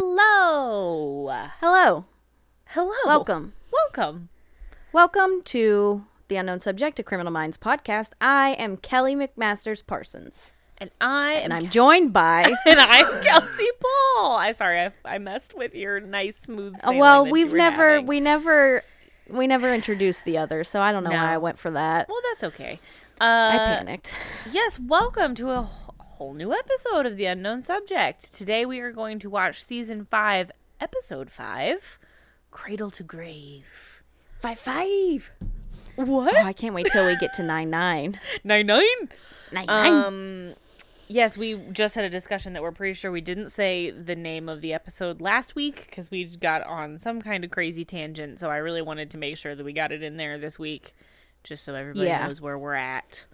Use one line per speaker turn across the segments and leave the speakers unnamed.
Hello.
Hello.
Hello.
Welcome.
Welcome.
Welcome to the Unknown Subject, a Criminal Minds podcast. I am Kelly McMasters Parsons,
And I am
and I'm joined by.
and I'm Kelsey Paul. I sorry I, I messed with your nice smooth.
Uh,
sailing
well,
that you
we've
were
never,
having.
we never, we never introduced the other, so I don't know
No.
why I went for that.
Well, that's okay. Uh,
I panicked.
Yes, welcome to a wh- whole new episode of The Unknown Subject. Today we are going to watch season 5, episode 5, Cradle to Grave.
Five five. Oh,
What?
I can't wait till we get to nine nine.
9 9?
Nine nine.
Um yes, we just had a discussion that we're pretty sure we didn't say the name of the episode last week cuz we got on some kind of crazy tangent, so I really wanted to make sure that we got it in there this week just so everybody
Yeah.
knows where we're at.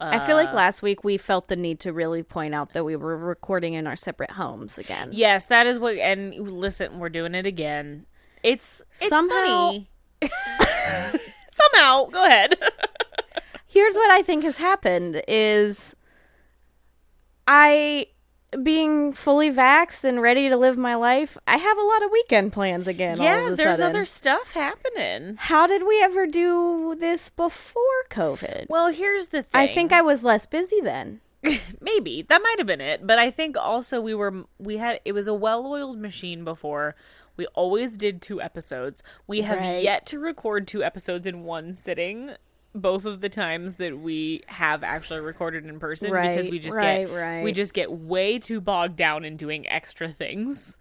I feel
uh,
like last week we felt the need to really point out that we were recording in our separate homes again.
Yes, that is what. And listen, we're doing it again. It's, it's
Somehow-
funny. somehow, go ahead.
here's what I think has happened is I being fully vaxxed and ready to live my life, I have a lot of weekend plans again. all
yeah,
of a
there's
sudden.
other stuff happening.
How did we ever do this before COVID?
Well, here's the thing.
I think I was less busy then.
maybe that might have been it, but I think also we were we had it was a well-oiled machine before. We always did two episodes. We have
Right.
yet to record two episodes in one sitting. Both of the times that we have actually recorded in person because
Right,
we just
right,
get
right.
we just get way too bogged down in doing extra things.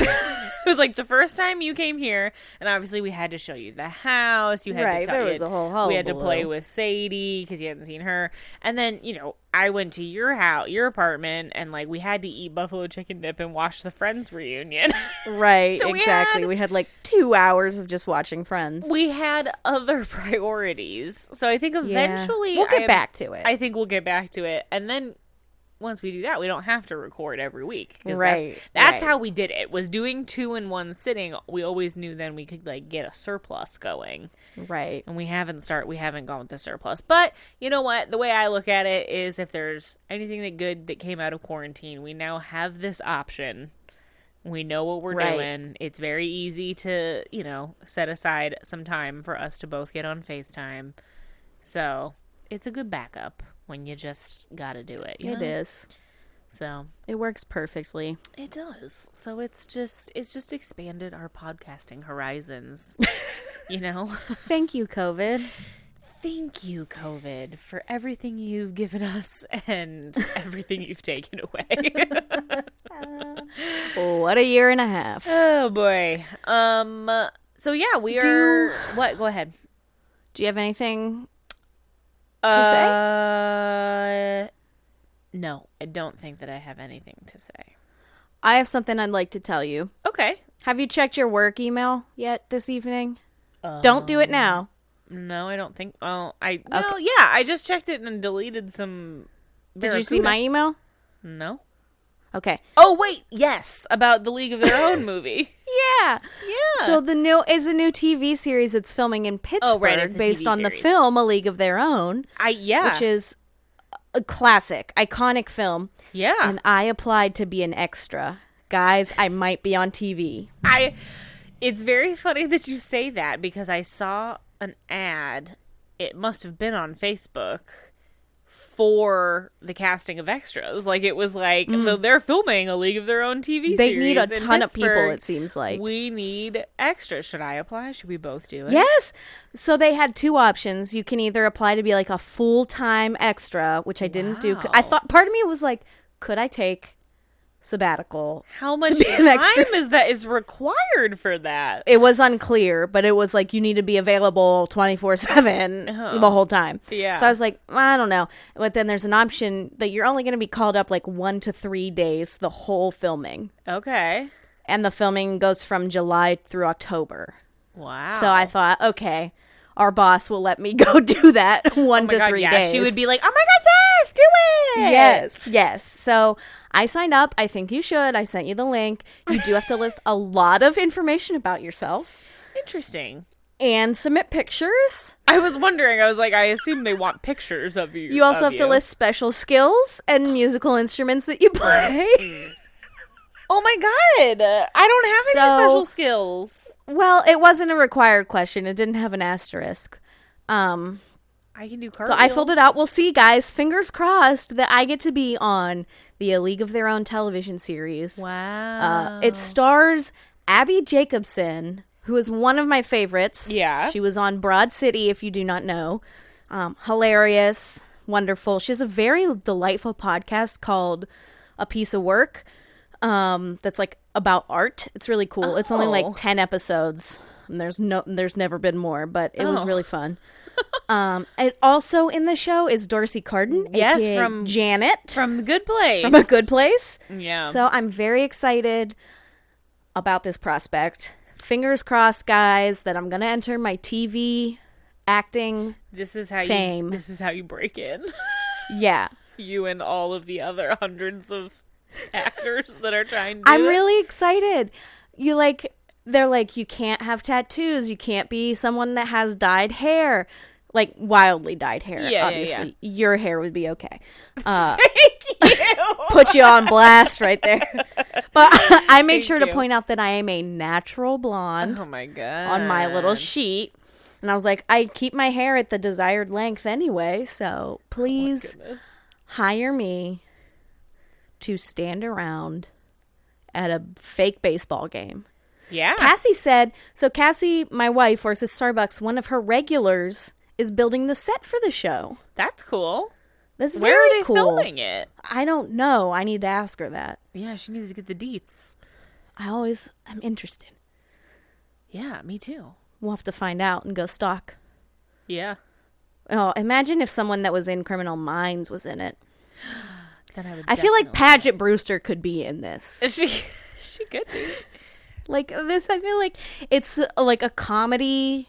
it was like the first time you came here, and obviously we had to show you the house. You had
Right,
to talk-
there
you
was
had-
a whole
We had to play
hullabaloo.
with Sadie because you hadn't seen her, and then you know I went to your house, your apartment, and like we had to eat buffalo chicken dip and watch the Friends reunion.
Right,
So we
exactly.
had-
We had like two hours of just watching friends.
we had other priorities, so I think
Yeah.
eventually
We'll get
I-
back to it.
I think we'll get back to it, and then once we do that, we don't have to record every week. 'cause
Right,
That's, that's
right.
how we did it. Was doing two in one sitting. We always knew then we could like get a surplus going,
right.
and we haven't start. We haven't gone with the surplus. But you know what? The way I look at it is, if there's anything that good that came out of quarantine, we now have this option. We know what we're
Right.
doing. It's very easy to, you know, set aside some time for us to both get on FaceTime. So it's a good backup when you just got to do it. you
It
know?
is.
So
It works perfectly.
it does. So it's just it's just expanded our podcasting horizons. you know.
Thank you, COVID.
Thank you, COVID, for everything you've given us and everything you've taken away.
What a year and a half.
oh boy. Um. So yeah, we
Do-
are. What? Go ahead.
Do you have anything
Uh, no, I don't think that I have anything to say.
I have something I'd like to tell you.
Okay.
Have you checked your work email yet this evening? Don't do it now.
No, I don't think. Oh, I. No, yeah, I just checked it and deleted some.
Did you see
Barracuda.
my email?
No.
Okay.
Oh wait, yes, about the League of Their Own movie.
Yeah.
Yeah.
So the new is a new TV series that's filming in Pittsburgh
Oh, right, it's a
based
TV
on the
series.
film A League of Their Own,
I yeah.
which is a classic, iconic film,
yeah.
and I applied to be an extra. Guys, I might be on TV.
I it's very funny that you say that because I saw an ad. It must have been on Facebook for the casting of extras. Like it was like the- they're filming a League of Their Own TV
Mm. They
series.
need a
in
ton of people
Pittsburgh.
it seems like.
we need extras. Should I apply? Should we both do it?
Yes. So they had two options. You can either apply to be like a full time extra, which I didn't do. I
Wow.
thought part of me was like, could I take sabbatical?
How much
be an
time
extra.
is that is required for that?
It was unclear, but it was like you need to be available twenty four seven the whole time.
Uh-huh. Yeah.
So I was like, I don't know. But then there's an option that you're only going to be called up like one to three days the whole filming.
Okay.
and the filming goes from July through October.
Wow. Oh
So I thought, okay, our boss will let me go do that one
oh my
to
god,
three
yeah,
days.
she would be like, "Oh my god, yes, do it."
Yes, yes. So I signed up. I think you should. I sent you the link. You do have to list a lot of information about yourself
Interesting.
and submit pictures.
I was wondering. I was like, I assume they want pictures of you.
You also
of
have to list special skills and musical instruments that you play.
Oh my god, I don't have any
So-
special skills.
well, it wasn't a required question. It didn't have an asterisk. Um,
I can do
So
cartwheels.
I filled it out. We'll see, guys. Fingers crossed that I get to be on the A League of Their Own television series.
Wow.
Uh, it stars Abby Jacobson, who is one of my favorites.
Yeah.
She was on Broad City, if you do not know. Um, hilarious, wonderful. She has a very delightful podcast called A Piece of Work um, that's like about art. It's really cool. It's only
Oh.
like 10 episodes. And there's no, there's never been more, but it was
Oh.
really fun. um, and also in the show is Dorsey Carden,
Yes,
aka
from-
Janet
from Good Place.
from A Good Place.
Yeah.
So I'm very excited about this prospect. Fingers crossed, guys, that I'm going to enter my TV acting.
this is how
Fame.
you this is how you break in.
Yeah.
you and all of the other hundreds of actors that are trying to do
I'm
it.
really excited. You like, they're like, you can't have tattoos. You can't be someone that has dyed hair, like wildly dyed hair.
Yeah, yeah,
obviously, your hair would be okay. Uh,
Thank you.
put you on blast right there. But I made
Thank
sure to
you.
point out that I am a natural blonde.
Oh my god.
on my
Um,
little sheet. And I was like, I keep my hair at the desired length anyway, so please
Oh Goodness.
hire me to stand around at a fake baseball game.
Yeah.
Cassie said, so Cassie, my wife, works at Starbucks. One of her regulars is building the set for the show.
That's cool.
That's very
Where are they
cool.
filming it?
I don't know. I need to ask her that.
Yeah, she needs to get the deets.
I always am interested.
Yeah, me too.
We'll have to find out and go stalk.
Yeah.
Oh, imagine if someone that was in Criminal Minds was in it.
Then I would
I feel like Paget Brewster could be in this.
definitely- she she could be.
Like this, I feel like it's uh, like a comedy.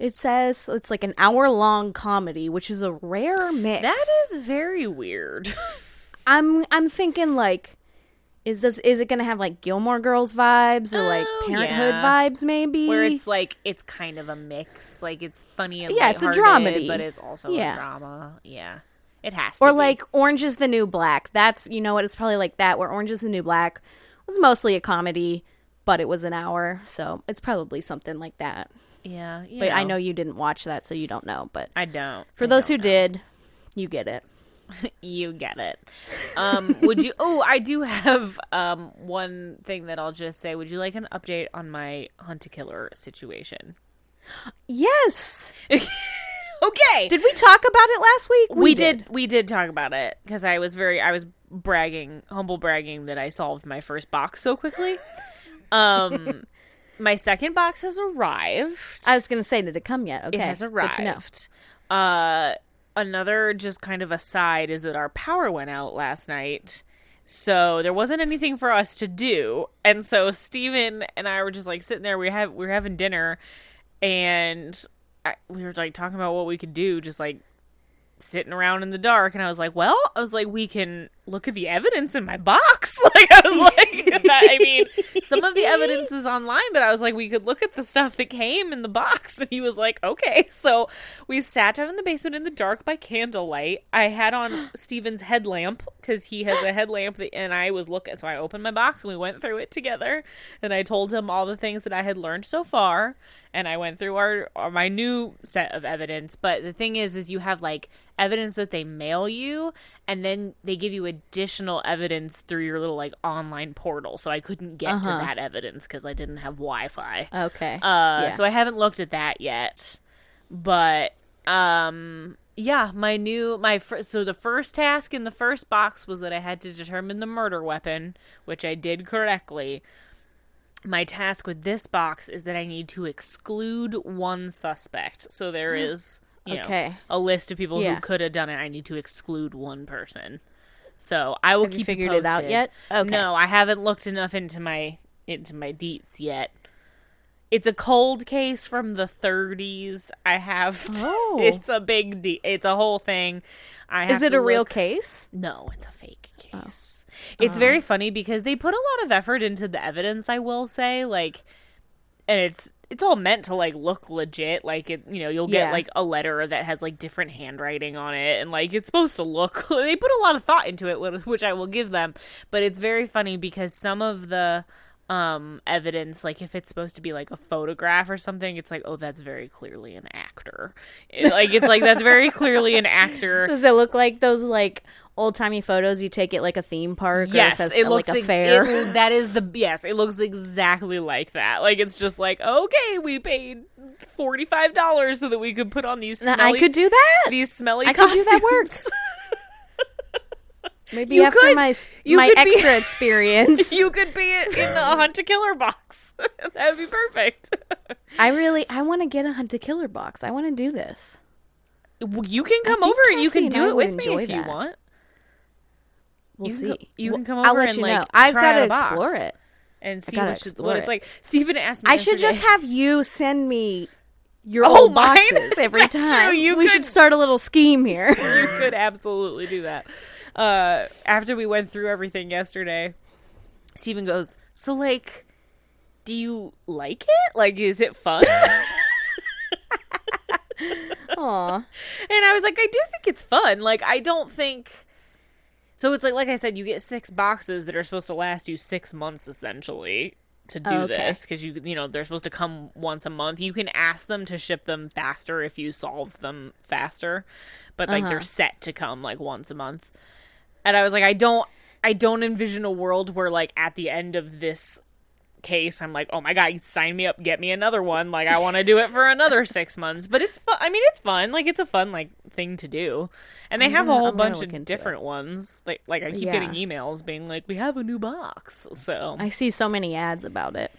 It says it's like an hour long comedy, which is a rare mix.
That is very weird.
I'm I'm thinking like, is this is it gonna have like Gilmore Girls vibes or like
Oh,
Parenthood
yeah.
vibes maybe?
Where it's like it's kind of a mix. Like it's funny and
Yeah, it's a
lighthearted,
dramedy.
but it's also
Yeah.
a drama. Yeah. It has to
or
be.
like Orange is the New Black. That's you know what it's probably like that. Where Orange is the New Black was mostly a comedy, but it was an hour, so it's probably something like that.
Yeah. you
But I know you didn't watch that, so you don't know. But
I don't.
for
I
those
don't
who did, you get it.
you get it. Um, would you? Oh, I do have um, one thing that I'll just say. Would you like an update on my hunt a killer situation?
Yes.
Okay,
Did we talk about it last week?
we, did. We did talk about it because I was very. I was bragging, humble bragging that I solved my first box so quickly. Um, my second box has arrived.
I was going to say, did it come yet? Okay.
it has
Good to know.
arrived. Uh, another just kind of aside is that our power went out last night. So there wasn't anything for us to do. And so Steven and I were just like sitting there, we have we were having dinner and I, we were like talking about what we could do, just like sitting around in the dark and I was like, "Well, I was like we can look at the evidence in my box." Like I was like that, I mean, some of the evidence is online, but I was like we could look at the stuff that came in the box and he was like, "Okay." So, we sat down in the basement in the dark by candlelight. I had on Steven's headlamp cuz he has a headlamp that, and I was looking so I opened my box and we went through it together and I told him all the things that I had learned so far and I went through our, our my new set of evidence. But the thing is, is you have like evidence that they mail you, and then they give you additional evidence through your little like online portal. So I couldn't get to that evidence because I didn't have Wi-Fi.
Okay.
Uh,
Yeah.
So I haven't looked at that yet, but um, yeah, my new my fir- so the first task in the first box was that I had to determine the murder weapon, which I did correctly. My task with this box is that I need to exclude one suspect. So there is you know,
Okay.
a list of people
Yeah.
who could have done it. I need to exclude one person. So I will
Have you
keep
figured
you
it out
posted.
yet? Okay.
No, I haven't looked enough into my into my deets yet. It's a cold case from the 30s. I have. to-
Oh.
it's a big. De- it's a whole thing. I have
Is it
to
a real
look-
case?
No, it's a fake case. It's very funny because they put a lot of effort into the evidence, I will say, like and it's it's all meant to like look legit, like it you know, you'll get
Yeah.
like a letter that has like different handwriting on it and like it's supposed to look they put a lot of thought into it wh- which I will give them, but it's very funny because some of the um evidence like if it's supposed to be like a photograph or something it's like oh that's very clearly an actor It- like it's like that's very clearly an actor
Does it look like those like old timey photos you take at like a theme park?
Yes,
or a fest-
it looks
uh, like a
ex-
fair.
it- that is the yes, it looks exactly like that. Like it's just like okay, we paid forty five dollars so that we could put on these.
Now,
Smelly,
I could do that.
these smelly.
I could do that work.
costumes.
Maybe
You
after
could-
my s-
you
my
could be-
extra experience,
you could be in the hunt to killer box. that would be perfect.
I really I want to get a hunt a killer box. I want to do this.
Well, you can come
think
over and you
Cassie
can
and
do
I
it
would
with me
enjoy
if you
that.
want.
We'll
You
see.
can co- you
Well,
can come
I'll
over
let
and,
you
like,
know. I've
try
got to
out a box.
explore it.
and see
gotta
what, she-
explore
what it's
it.
like. Stephen asked me.
I should just
yesterday-
have you send me your
Oh,
old
mine?
boxes every
That's true.
time.
You
we
could-
should start a little scheme here.
you could absolutely do that. Uh, after we went through everything yesterday, Steven goes, So, like, do you like it? Like, is it fun? and
Aw.
I was like, I do think it's fun. Like, I don't think. So it's like, like I said, you get six boxes that are supposed to last you six months essentially to do
Oh, okay.
this because you, you know, they're supposed to come once a month. You can ask them to ship them faster if you solve them faster, but like they're set to come like once a month. and I was like, I don't, I don't envision a world where like at the end of this case, I'm like, oh my god, sign me up, get me another one. Like I want to do it for another six months. But it's fun. I mean, it's fun. Like it's a fun like thing to do, and they have
gonna-
a whole
Mm-hmm. I'm gonna
bunch
look into
of
it.
different ones. Like like I keep
Yeah.
getting emails being like, we have a new box. So
I see so many ads about it.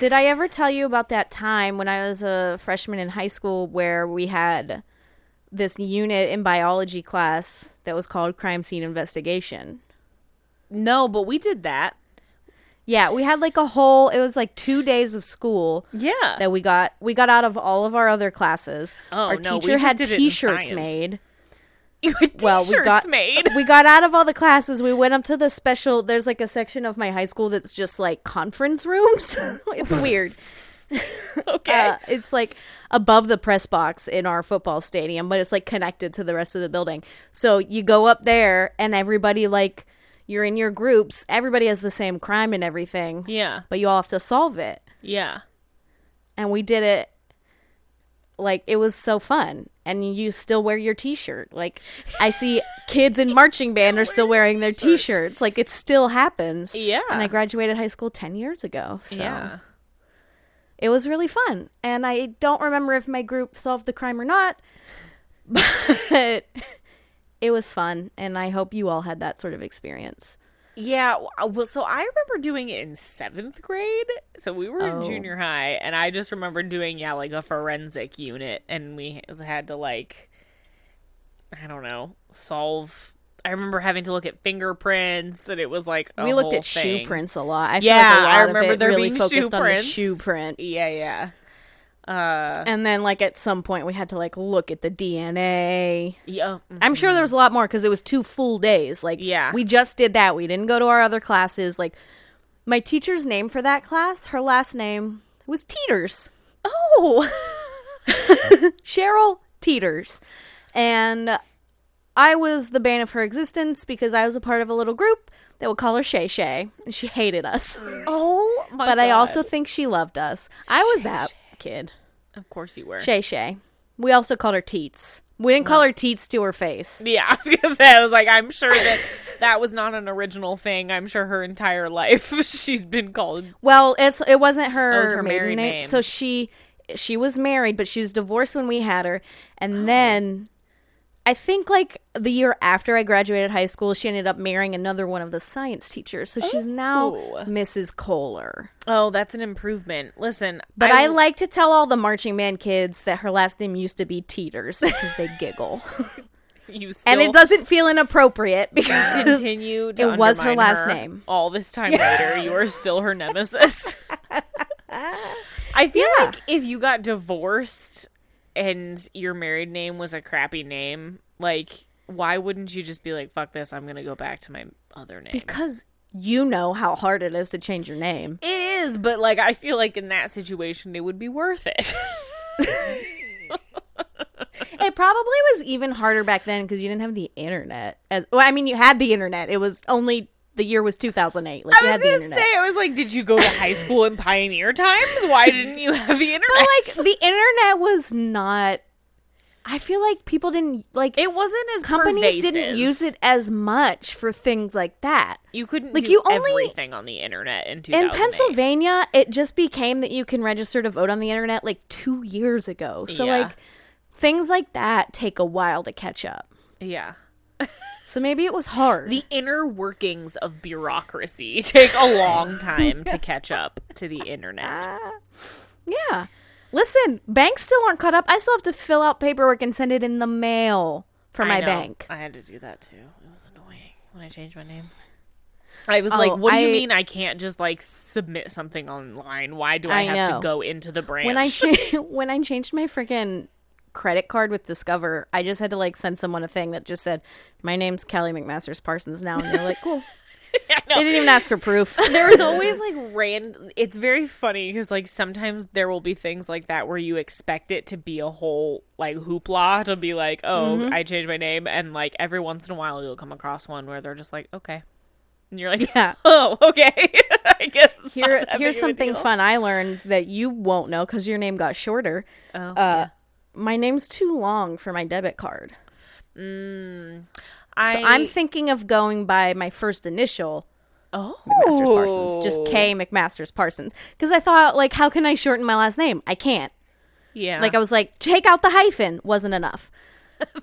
Did I ever tell you about that time when I was a freshman in high school where we had this unit in biology class that was called crime scene investigation?
no, but we did that.
Yeah, we had like a whole it was like 2 days of school
Yeah.
that we got we got out of all of our other classes.
Oh,
our
no, we
teacher
just
had
did it in
t-shirts
science.
made.
You had
Well, we
t-shirts
got uh,
made.
we got out of all the classes. We went up to the special there's like a section of my high school that's just like conference rooms. it's weird.
okay.
Uh, it's like above the press box in our football stadium, but it's like connected to the rest of the building. So you go up there, and everybody like you're in your groups. Everybody has the same crime and everything,
yeah.
but you all have to solve it.
Yeah.
And we did it. Like it was so fun, and you still wear your T-shirt. Like I see kids in marching band are still wearing their T-shirts. Like it still happens.
Yeah.
And I graduated high school ten years ago. So
Yeah.
it was really fun and i don't remember if my group solved the crime or not but it was fun and i hope you all had that sort of experience
Yeah, w- uh, well, so I remember doing it in seventh grade. So we were in
Oh.
junior high, and I just remember doing yeah, like a forensic unit, and we h- had to like, I don't know, solve. I remember having to look at fingerprints, and it was like a
we looked
whole
at
thing.
shoe prints a lot i
Yeah,
feel like a lot
I
of
remember
it
there
really
being shoe
focused on the
prints.
shoe print
Yeah, yeah, uh,
and then like at some point we had to like look at the dna
yeah.
i'm sure there was a lot more because it was two full days like
Yeah.
we just did that we didn't go to our other classes like my teacher's name for that class her last name was teeters
Oh,
Cheryl Teeters. And I was the bane of her existence because I was a part of a little group that would call her Shay Shay. And she hated us.
oh my!
but I
God.
also think she loved us. I was that kid.
of course, you were.
Shay Shay. We also called her Teets. We didn't call her Teets to her face.
Yeah, I was gonna say, I was like, I'm sure that that was not an original thing. I'm sure her entire life she's been called.
Well, it's it wasn't her,
was her
maiden
married
name.
name.
So she she was married, but she was divorced when we had her, and
Oh.
then I think like the year after I graduated high school, she ended up marrying another one of the science teachers. So she's now
Oh.
Mrs. Kohler.
Oh, that's an improvement. Listen,
But I, like to tell all the marching band kids that her last name used to be Teeters because they giggle.
you still
and it doesn't feel inappropriate because
continue to
it was her
undermine
last name.
all this time later you are still her nemesis i feel like if you got divorced and your married name was a crappy name like why wouldn't you just be like fuck this i'm gonna go back to my other name
because you know how hard it is to change your name.
it is but like i feel like in that situation it would be worth it
It probably was even harder back then because you didn't have the internet. As well, I mean, you had the internet. It was only the year was 2008. Like you
I
had
was
the
gonna
internet.
say, I was like, did you go to high school in pioneer times? Why didn't you have the internet?
But like the internet was not. I feel like people didn't like
it wasn't as
companies didn't
pervasive.
use it as much for things like that.
You couldn't
Like,
do
you only-
everything on the internet in 2008.
In Pennsylvania, it just became that you can register to vote on the internet like two years ago. So
Yeah.
like things like that take a while to catch up.
Yeah.
So maybe it was hard.
The inner workings of bureaucracy take a long time to catch up to the internet.
yeah. Listen, banks still aren't caught up. I still have to fill out paperwork and send it in the mail for
I
my
know.
bank.
I had to do that too. It was annoying when I changed my name. I was
Oh,
like, what do you
I-
mean I can't just like submit something online? Why do I,
I
have
know.
to go into the branch?
When I cha- when I changed my freaking credit card with Discover, I just had to like send someone a thing that just said, "My name's Kelly McMaster's Parsons now," and they're like, "Cool."
know.
They didn't even ask for proof.
there's always like rand it's very funny because like sometimes there will be things like that where you expect it to be a whole like hoopla to be like oh
Mm-hmm.
i changed my name and like every once in a while you'll come across one where they're just like okay and you're like
Yeah.
oh okay i guess it's not
Here,
that big of
here's
a
something
deal.
fun I learned that you won't know because your name got shorter.
oh,
Uh, My name's too long for my debit card.
I,
So I'm thinking of going by my first initial,
oh
Masters Parsons, just K McMaster's Parsons. Because I thought, like, how can I shorten my last name? I can't.
yeah
Like, I was like, take out the hyphen. Wasn't enough.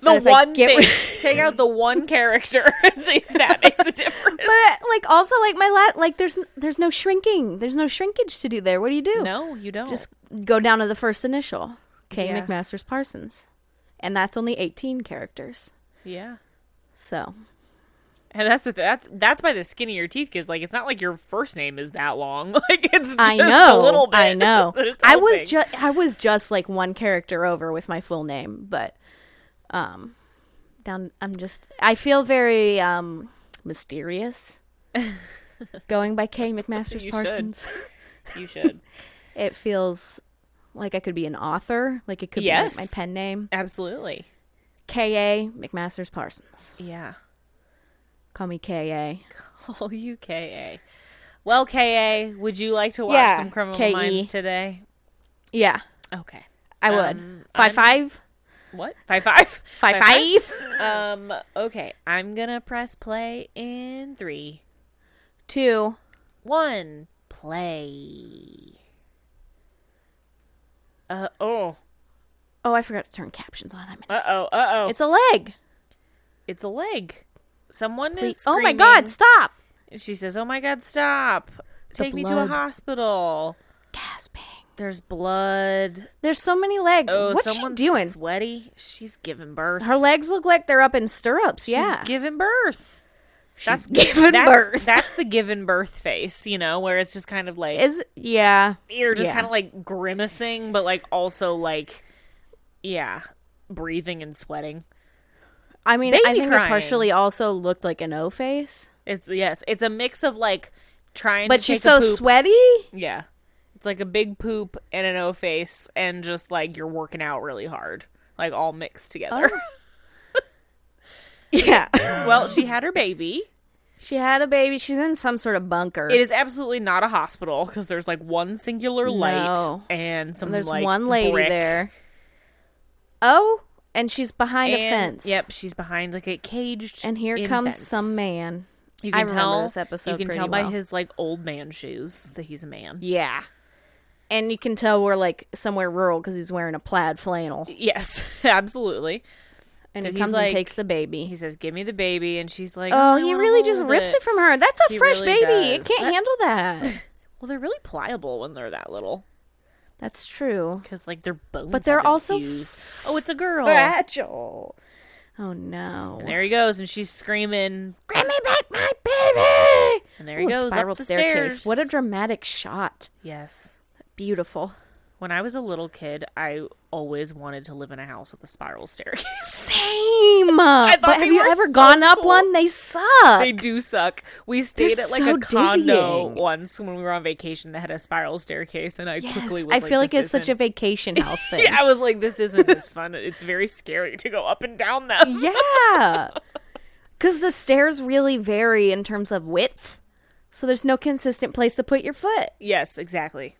the
if I
one
get
thing
rid-
take out the one character and see if that makes a difference
But like, also like my la- like there's n- there's no shrinking, there's no shrinkage to do there. What do you do?
no you don't
Just go down to the first initial, K
Yeah.
McMaster's Parsons, and that's only 18 characters.
yeah
So
And that's the th- that's that's by the skin of your teeth because like it's not like your first name is that long. Like it's just
I know.
a little bit.
I know.
that it's
I was
helping.
just I was just like one character over with my full name, but um down I'm just I feel very um mysterious going by K McMaster's
You should.
Parsons.
you should
It feels like I could be an author, like it could
Yes.
be like, my pen name,
absolutely
K A McMaster's Parsons.
yeah.
Call me K A.
All UKA. Well, KA, would you like to watch
Yeah, E.
some Criminal
KE.
Minds today?
Yeah,
Okay.
I would.
Um,
five five
What five five
five five
Um. Okay. I'm gonna press play in three,
two.
one, play. Uh oh.
Oh, I forgot to turn captions on. I'm an-
Uh oh. Uh oh.
It's a leg.
it's a leg. Someone is.
Oh my
screaming.
god, stop!
And she says, "Oh my god, stop! Take me to a
blood.
hospital.
Gasping.
There's blood.
There's so many legs.
Oh,
What's she
someone's
doing?
Sweaty. She's giving birth.
Her legs look like they're up in stirrups.
She's
yeah.
giving birth. that's
giving
that's,
birth.
That's the given birth face, you know, where it's just kind of like
Is yeah.
you're just
yeah.
kind of like grimacing, but like also like, yeah, breathing and sweating.
I mean, I
Baby
think
crying.
it partially also looked like an O face,
It's yes, it's a mix of like trying,
but
to
she's
take a
so
poop.
sweaty.
Yeah. It's like a big poop and an O face and just like you're working out really hard. Like all mixed together.
Yeah.
well, she had her baby.
she had a baby. She's in some sort of bunker.
It is absolutely not a hospital because there's like one singular light
No.
and some
And There's
like
one lady
brick.
there. Oh, and she's behind a
And-
fence.
Yep, she's behind like a caged.
And here
in
comes
fence.
some man.
You
I
can
remember
tell
this episode
You can
pretty
tell by
well.
his like old man shoes that he's a man.
Yeah. And you can tell we're like somewhere rural because he's wearing a plaid flannel.
Yes, absolutely.
And
So
he
he's
comes
like-
and takes the baby.
He says, "Give me the baby," and she's like,
Oh,
"I
he
wanna
really just
hold
rips it. from her. That's a
He
fresh
really
baby.
does.
It can't
That-
handle that.
Well, they're really pliable when they're that little.
That's true.
because like their bones.
But they're
have been
also
fused. oh, it's a girl.
Fragile. Oh no.
And there he goes, and she's screaming.
Give me back my baby.
And there he
Ooh,
goes
spiral
up the
staircase.
stairs.
What a dramatic shot.
yes.
Beautiful.
When I was a little kid, I always wanted to live in a house with a spiral staircase.
Same. I
thought
but
they
have you
were
ever
so
gone up
cool.
one? They suck.
they do suck. We stayed at like
so
a condo
dizzying.
once when we were on vacation that had a spiral staircase, and I
yes.
quickly was
I feel like
"This
it's such a
isn't-"
vacation house thing.
Yeah, I was like, this isn't as fun. It's very scary to go up and down them.
Yeah. Because the stairs really vary in terms of width. So there's no consistent place to put your foot.
Yes, exactly.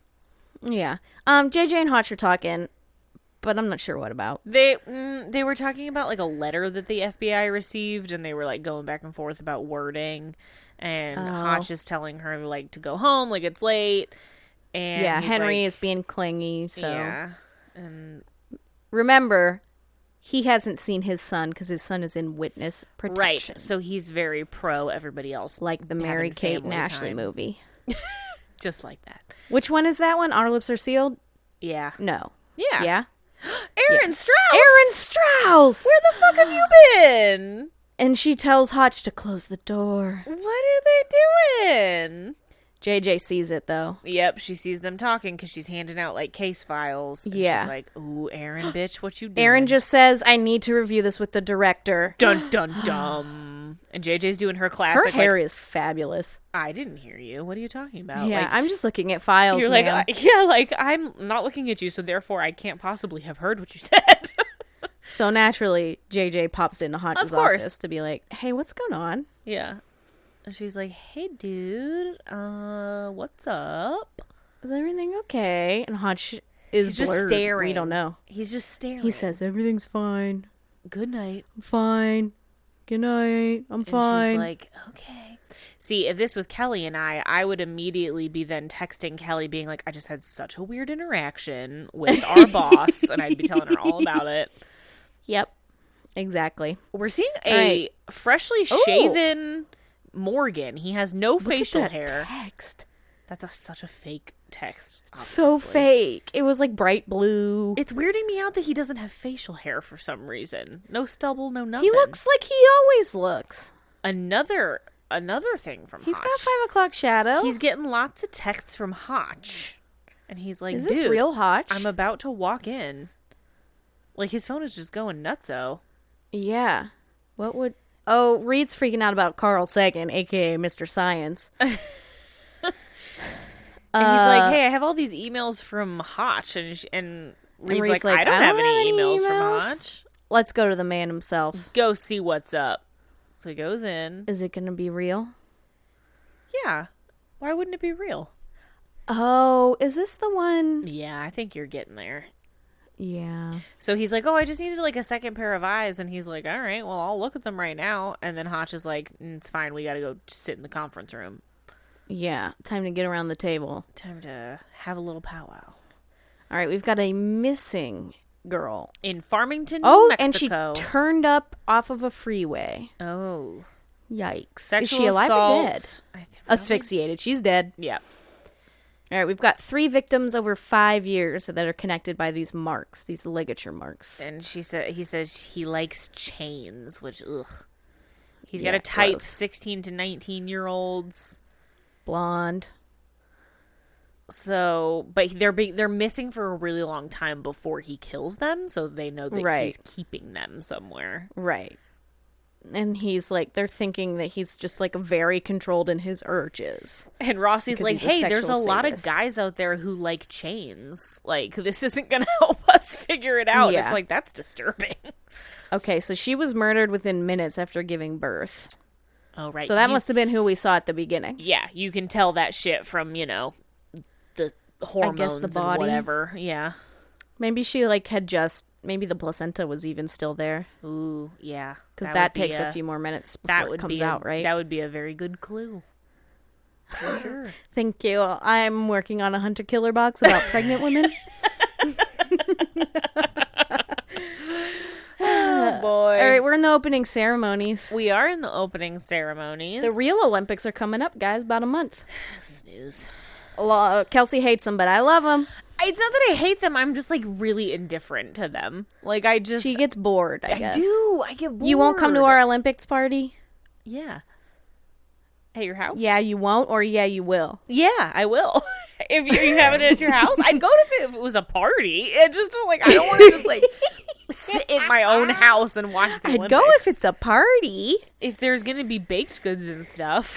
Yeah. Um, JJ and Hotch are talking, but I'm not sure what about.
They mm, they were talking about like a letter that the FBI received, and they were like going back and forth about wording. And
Oh.
Hotch is telling her like to go home, like it's late. And
yeah,
he's
Henry
like-
is being clingy, so
yeah.
remember he hasn't seen his son because his son is in witness protection.
Right. So he's very pro everybody else,
Like the
having
Mary Kate and
family
Ashley
time,
movie.
just like that.
Which one is that one? Our lips are sealed?
Yeah.
No.
Yeah.
Yeah.
Aaron Strauss.
Aaron Strauss.
where the fuck have you been?
and she tells Hotch to close the door.
What are they doing?
JJ sees it though.
Yep, she sees them talking because she's handing out like case files. And
Yeah.
she's like, "Ooh, Aaron, bitch, what you doing?"
Aaron just says, "I need to review this with the director."
dun dun dum. And JJ's doing her classic.
Her
like,
hair is fabulous.
I didn't hear you. What are you talking about?
yeah,
Oh, Like,
I'm just looking at files.
you're like,
ma'am.
"I- yeah, like I'm not looking at you, so therefore I can't possibly have heard what you said.
so naturally, JJ pops into Hodge's
Of course.
office to be like, "Hey, what's going on?"
yeah. And she's like, "Hey, dude, uh, what's up?"
Is everything okay? And Hodge is
He's just
blurred.
staring.
We don't know.
He's just staring.
He says, "Everything's fine.
"Good night."
I'm fine. Good night. I'm
And
fine."
she's like, okay. See, if this was Kelly and I, I would immediately be then texting Kelly, being like, I just had such a weird interaction with our boss, and I'd be telling her all about it.
"Yep, exactly."
We're seeing
All
a
right.
freshly shaven Morgan. He has no facial
Look at that
hair.
Text.
That's a, such a fake text.
So
obviously.
fake. It was like bright blue.
It's weirding me out that he doesn't have facial hair for some reason. No stubble, no nothing.
he looks like he always looks.
another another thing from
He's got
Hotch.
five o'clock shadow.
He's getting lots of texts from Hotch. And he's like,
Is this
Dude,
real Hotch?
I'm about to walk in. Like his phone is just going nutso.
yeah. What would? Oh, Reed's freaking out about Carl Sagan, aka Mr. Science.
And he's like, "Hey, I have all these emails from Hotch," and sh- and Reed's, like,
Reed's like,
"I don't, have, any emails, from Hotch.
Let's go to the man himself.
Go see what's up." So he goes in.
Is it going to be real?
Yeah, why wouldn't it be real?
Oh, is this the one?
Yeah, I think you're getting there.
Yeah.
So he's like, "Oh, I just needed like a second pair of eyes," and he's like, "All right, well, I'll look at them right now." And then Hotch is like, "Mm, "It's fine. We got to go sit in the conference room.
Yeah. Time to get around the table.
Time to have a little powwow."
All right, we've got a missing girl.
In Farmington,
Oh,
Mexico.
and she turned up off of a freeway.
oh,
Yikes. Is
Sexual
she alive
assault.
or dead?
I th-
Asphyxiated. She's dead.
yeah.
All right, we've got three victims over five years that are connected by these marks, these ligature marks.
And she said he says he likes chains, which ugh. He's got
Yeah,
a type
gross.
16 to 19 year olds.
Blonde.
So, but they're be- they're missing for a really long time before he kills them, so they know that he's
Right.
keeping them somewhere.
Right. And he's like, they're thinking that he's just like very controlled in his urges.
And Rossi's
Because
like,
he's a
"Hey, there's a
sexual
lot of
sadist."
guys out there who like chains. Like this isn't going to help us figure it out." And
Yeah.
It's like that's disturbing.
Okay, so she was murdered within minutes after giving birth.
Oh right.
So that
you-
must have been who we saw at the beginning.
yeah, you can tell that shit from you know the hormones
guess the body.
and whatever. Yeah.
Maybe she like had just, maybe the placenta was even still there
Ooh, yeah.
because that,
would be
takes a, few more minutes before
That would
it comes
be a-
out, right?
That would be a very good clue. For sure.
Thank you. I'm working on a hunter killer box about pregnant women.
oh boy.
All right, we're in the opening ceremonies.
We are in the opening ceremonies.
The real Olympics are coming up, guys, about a month. uh,
snooze.
Lo- Kelsey hates them, but I love them.
I it's not that I hate them. I'm just like really indifferent to them. Like I just
She gets bored, I,
I
guess.
do. I get bored.
You won't come to our Olympics party?
yeah at your house.
Yeah, you won't, or yeah, you will.
yeah, I will. if you, you have it at your house, I'd go if it, if it was a party. It just like I don't want to just like sit in my own house and watch the
I'd
Olympics.
go if it's a party.
if there's gonna be baked goods and stuff,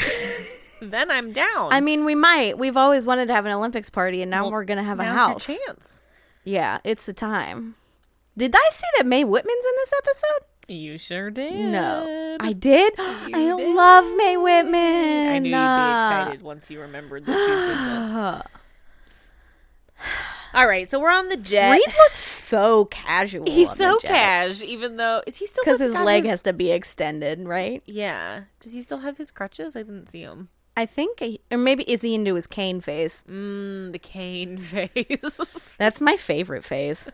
then I'm down.
I mean, we might. We've always wanted to have an Olympics party, and now we're gonna have a
Now's
house.
your chance.
Yeah, it's the time. Did I see that Mae Whitman's in this episode?
You sure did.
No, I did. I
did.
love Mae Whitman.
I knew you'd be
Uh,
excited once you remembered that she was in this. All right, so we're on the jet.
Reed looks so casual.
He's
on
so
the jet.
cash, even though is he still
because
got-
his
got
leg
his-
has to be extended, right?
Yeah. Does he still have his crutches? I didn't see him.
I think, he- or maybe is he into his cane phase?
Mm, the cane face.
That's my favorite phase.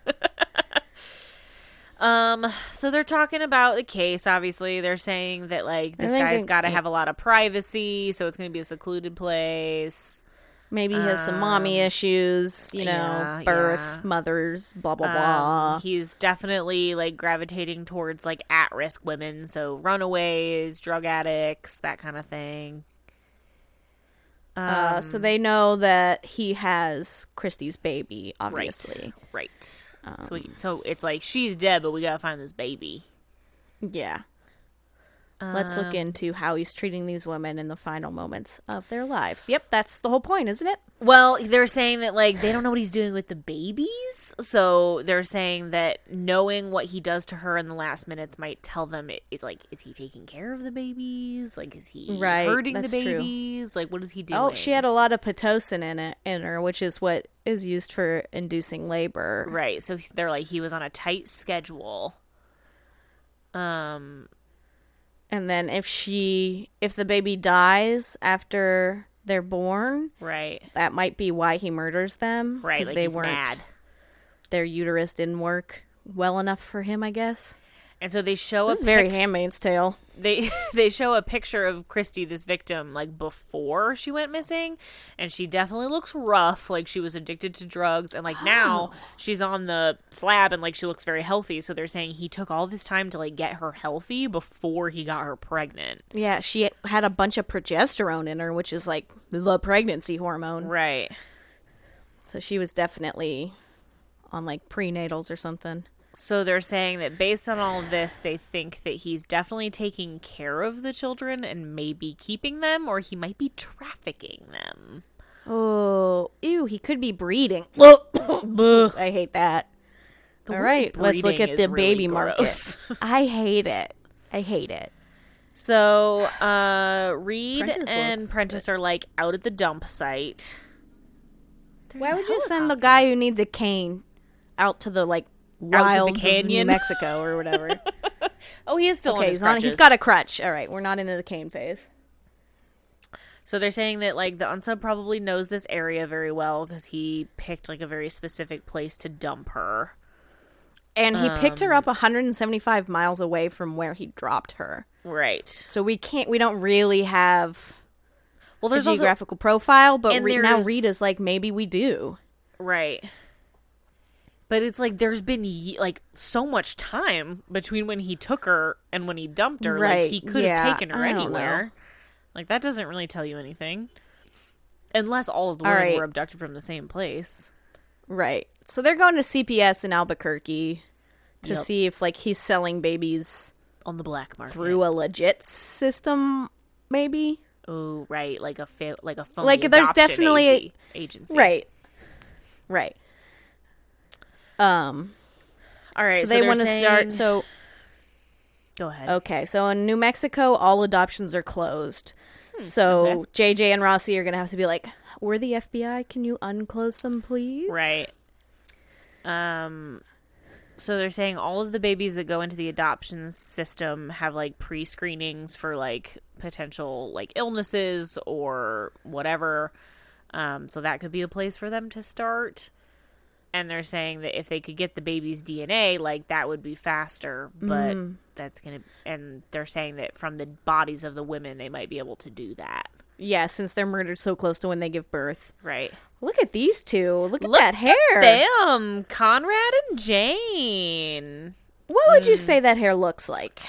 um. So they're talking about the case. Obviously, they're saying that like this
think
guy's
it-
got to have a lot of privacy, so it's going to be a secluded place.
Maybe he has some mommy issues, you know,
yeah,
birth,
yeah.
mothers, blah blah blah.
Um, he's definitely like gravitating towards like at risk women, so runaways, drug addicts, that kind of thing.
uh, so they know that he has Christie's baby,
Right,
obviously.
right. so, we, so it's like she's dead, but we gotta find this baby.
Yeah. Let's look into how he's treating these women in the final moments of their lives. Yep, that's the whole point, isn't it?
Well, they're saying that like they don't know what he's doing with the babies, so they're saying that knowing what he does to her in the last minutes might tell them it, it's like is he taking care of the babies? Like is he
Right,
hurting the
that's true.
babies? Like what is he doing?
Oh, she had a lot of pitocin in it in her, which is what is used for inducing labor.
Right. So he- they're like he was on a tight schedule. Um
And then if she if the baby dies after they're born,
right.
that might be why he murders them.
Right.
'cause
Like
they
he's
weren't
mad.
their uterus didn't work well enough for him, I guess.
And so they show a
It was very
pic-
handmaid's tale.
they they show a picture of Christy, this victim, like before she went missing, and she definitely looks rough, like she was addicted to drugs, and like now she's on the slab and like she looks very healthy. So they're saying he took all this time to like get her healthy before he got her pregnant.
Yeah, she had a bunch of progesterone in her, which is like the pregnancy hormone.
Right.
So she was definitely on like prenatals or something.
So they're saying that based on all of this, they think that he's definitely taking care of the children and maybe keeping them, or he might be trafficking them.
Oh, ew, he could be breeding.
All
I hate that. All right, let's look at the baby market. I hate it. I hate it.
So uh, Reed
Prentice
and
looks
Prentice are like out at the dump site. There's
Why
a
would you send the
helicopter.
guy who needs a cane out to the like wilds
canyon?
of New Mexico or whatever?
Oh, he is still on
okay,
his
he's on. He's
crutches.
got a crutch. All right, we're not into the cane phase.
So they're saying that like the unsub probably knows this area very well because he picked like a very specific place to dump her.
And he picked
Um,
her up 175 miles away from where he dropped her.
Right.
So we can't. We don't really have
Well,
a
there's also
geographical profile, but
and
Re- now
there's-
Rita's like, maybe we do.
Right. But it's like there's been ye- like so much time between when he took her and when he dumped her. Like
Right,
he could
yeah,
have taken her
I don't
anywhere. Like that doesn't really tell you anything. Unless all of the
All
women
right.
were abducted from the same place.
Right. So they're going to CPS in Albuquerque to
Yep.
see if like he's selling babies
On the black market.
through a legit system, maybe.
Oh, right. Like a fa- like a phony
Like, there's
adoption
definitely a-
agency- agency.
Right. Right. Um.
All right.
So
So,
they want to start.
So
So
go ahead.
okay. So in New Mexico, all adoptions are closed.
Hmm,
So JJ and Rossi are gonna have to be like, "We're the FBI. Can you unclose them, please?"
Right. Um so they're saying all of the babies that go into the adoption system have like pre-screenings for like potential like illnesses or whatever. Um so that could be a place for them to start. And they're saying that if they could get the baby's DNA, like that would be faster, but that's going to and they're saying that from the bodies of the women they might be able to do that.
Yeah, since they're murdered so close to when they give birth.
Right.
Look at these two. Look at
Look
that hair.
Damn, Conrad and Jane.
What would
Hmm.
you say that hair looks like?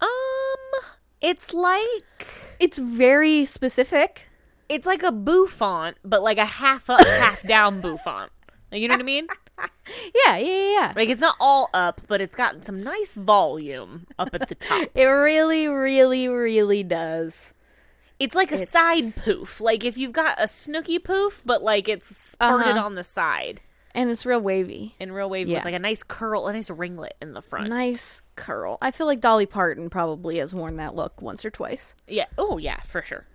Um, it's like
It's very specific.
it's like a bouffant, but like a half up, half down bouffant. Like, you know what I mean?
Yeah, yeah, yeah, yeah.
Like it's not all up, but it's got some nice volume up at the top.
It really, really, really does.
It's like a
It's-
side poof. Like if you've got a snooky poof, but like it's spurted
Uh-huh.
on the side
And it's real wavy.
and real wavy
Yeah.
with like a nice curl, a nice ringlet in the front.
Nice curl. I feel like Dolly Parton probably has worn that look once or twice.
Yeah. Oh yeah, for sure.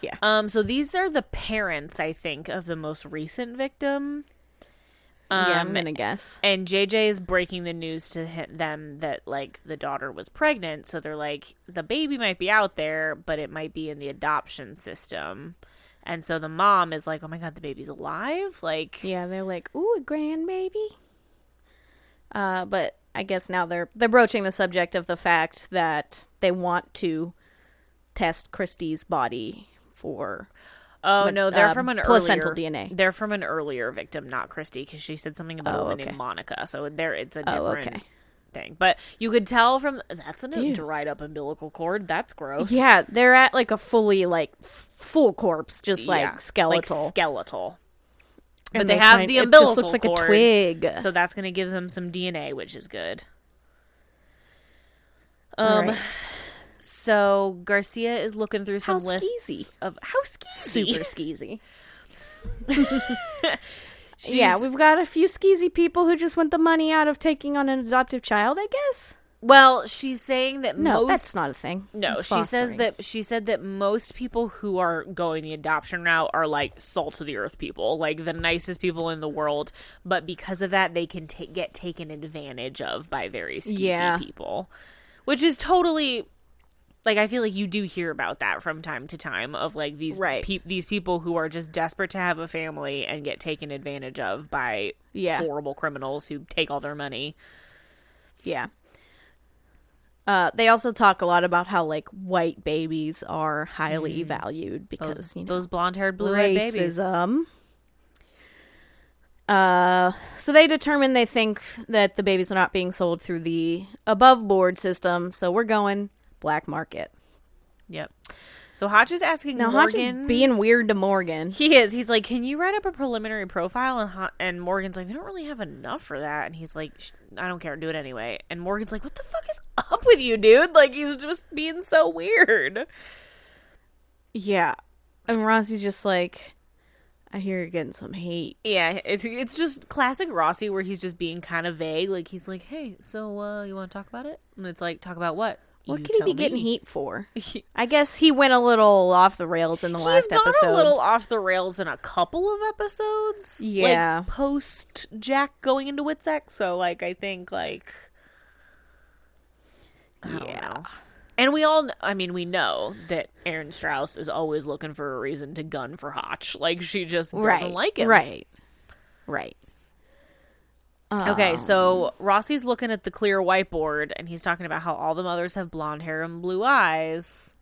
Yeah.
Um. So these are the parents, I think, of the most recent victim.
yeah, I'm
Um,
gonna guess.
And JJ is breaking the news to hi- them that like the daughter was pregnant, so they're like the baby might be out there, but it might be in the adoption system. And so the mom is like, "Oh my god, the baby's alive!" Like,
Yeah, they're like, ooh, a grandbaby. Uh, but I guess now they're they're broaching the subject of the fact that they want to test Christie's body for
oh no, they're
uh,
from an
placental
earlier,
DNA.
They're from an earlier victim, not Christy, because she said something about a
Oh,
woman
okay.
named Monica. So there, it's a
Oh,
different
okay.
thing. But you could tell from that's a dried up umbilical cord. That's gross.
Yeah, they're at like a fully like f- full corpse, just like
Yeah,
skeletal.
like skeletal.
And
but they have
find-
the umbilical
It just looks like
cord.
a twig.
So that's going to give them some DNA, which is good.
All
Um,
right.
So Garcia is looking through some
How
lists
skeezy.
of how skeezy.
super skeezy.
She's-
Yeah, we've got a few skeezy people who just want the money out of taking on an adoptive child. I guess.
well, she's saying that
No,
most
that's not a thing.
No,
It's
she says
fostering.
that she said that most people who are going the adoption route are like salt of the earth people, like the nicest people in the world, but because of that they can ta- get taken advantage of by very skeezy
Yeah.
people. Which is totally like I feel like you do hear about that from time to time of like these
Right.
peop these people who are just desperate to have a family and get taken advantage of by
Yeah.
horrible criminals who take all their money.
Yeah. Uh, they also talk a lot about how like white babies are highly valued because you know
Those blonde-haired blue-eyed babies.
racism. Uh, so they determine they think that the babies are not being sold through the above board system, so we're going black market.
Yep. So Hodge is asking
Now Hodge
Morgan.
is being weird to Morgan.
he is. He's like, "Can you write up a preliminary profile?" And Ho- and Morgan's like, "We don't really have enough for that." And he's like, "Sh- "I don't care. Do it anyway." And Morgan's like, "What the fuck is up with you, dude? Like, he's just being so weird."
Yeah, and Rossi's just like, I hear you're getting some hate.
Yeah, it's it's just classic Rossi where he's just being kind of vague. Like he's like, "Hey, so uh, you want to talk about it?" And it's like, "Talk about what?"
What
You
could he
tell
be getting
me."
heat for?
He-
I guess he went a little off the rails in the
He's
last
gone
episode.
a little off the rails in a couple of episodes.
Yeah.
Like post Jack going into Witsec. So like I think like I don't
Yeah.
know. And we all, kn- I mean, we know that Aaron Strauss is always looking for a reason to gun for Hotch. Like, she just doesn't
right.
like him.
Right. Right. Um,
Okay, so Rossi's looking at the clear whiteboard and he's talking about how all the mothers have blonde hair and blue eyes.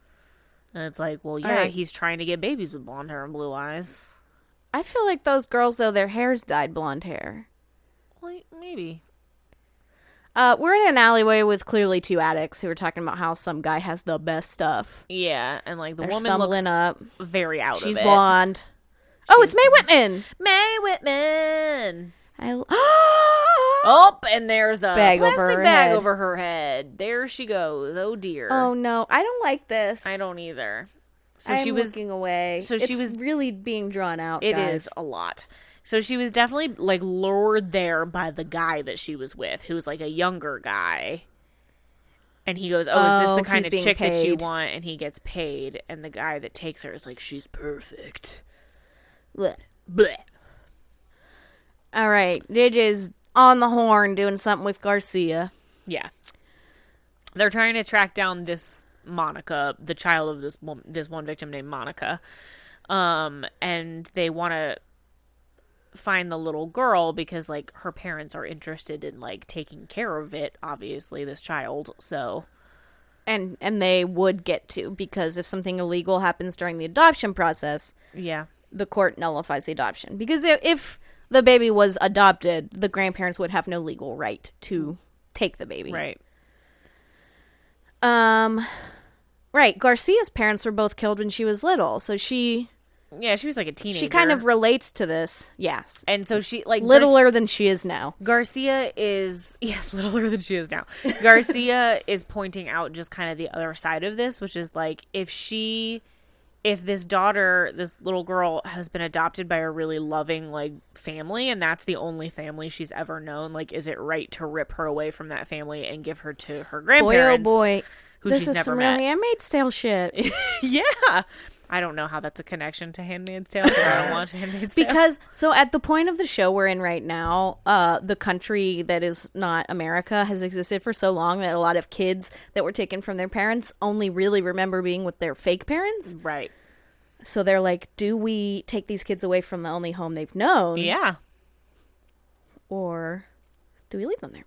And it's like, well, yeah,
right.
he's trying to get babies with blonde hair and blue eyes.
I feel like those girls though their hair's dyed blonde hair.
Well, maybe.
Uh, we're in an alleyway with clearly two addicts who are talking about how some guy has the best stuff.
Yeah, and like the
They're
woman
stumbling
looks
up.
very out
She's
of it.
blonde. oh, it's Mae Whitman.
May Whitman.
I l-
Oh, and there's a
Bag over
plastic
her
bag
head.
over her head. There she goes. Oh dear.
oh no, I don't like this.
I don't either. So
So
she was.
looking away.
so she
It's
was-
really being drawn out.
It
guys.
is a lot. So she was definitely like lured there by the guy that she was with, who was like a younger guy. And he goes, "Oh, is
Oh,
this the
he's
kind of
being
chick that you
paid.
want?" And he gets paid. And the guy that takes her is like, "She's perfect."
Blech.
Blech.
All right, JJ's on the horn doing something with Garcia.
Yeah. They're trying to track down this Monica, the child of this woman, this one victim named Monica. Um and they want to find the little girl because like her parents are interested in like taking care of it, obviously this child. So
and and they would get to because if something illegal happens during the adoption process,
Yeah.
the court nullifies the adoption because if, if the baby was adopted, the grandparents would have no legal right to take the baby.
Right.
Um, right. Garcia's parents were both killed when she was little, so she
Yeah, she was like a teenager.
she kind of relates to this. Yes,
and so she like
littler than she is now.
Garcia is yes, littler than she is now. Garcia is pointing out just kind of the other side of this, which is like if she if this daughter, this little girl has been adopted by a really loving like family and that's the only family she's ever known, like is it right to rip her away from that family and give her to her
Boy, oh
grandparents?
boy,
who
this
she's
is
never
some
met.
really Handmaid's Tale shit.
yeah. I don't know how that's a connection to Handmaid's Tale, but I don't watch Handmaid's Tale.
because so at the point of the show we're in right now, uh, the country that is not America has existed for so long that a lot of kids that were taken from their parents only really remember being with their fake parents.
Right.
So they're like, do we take these kids away from the only home they've known,
Yeah.
or do we leave them there?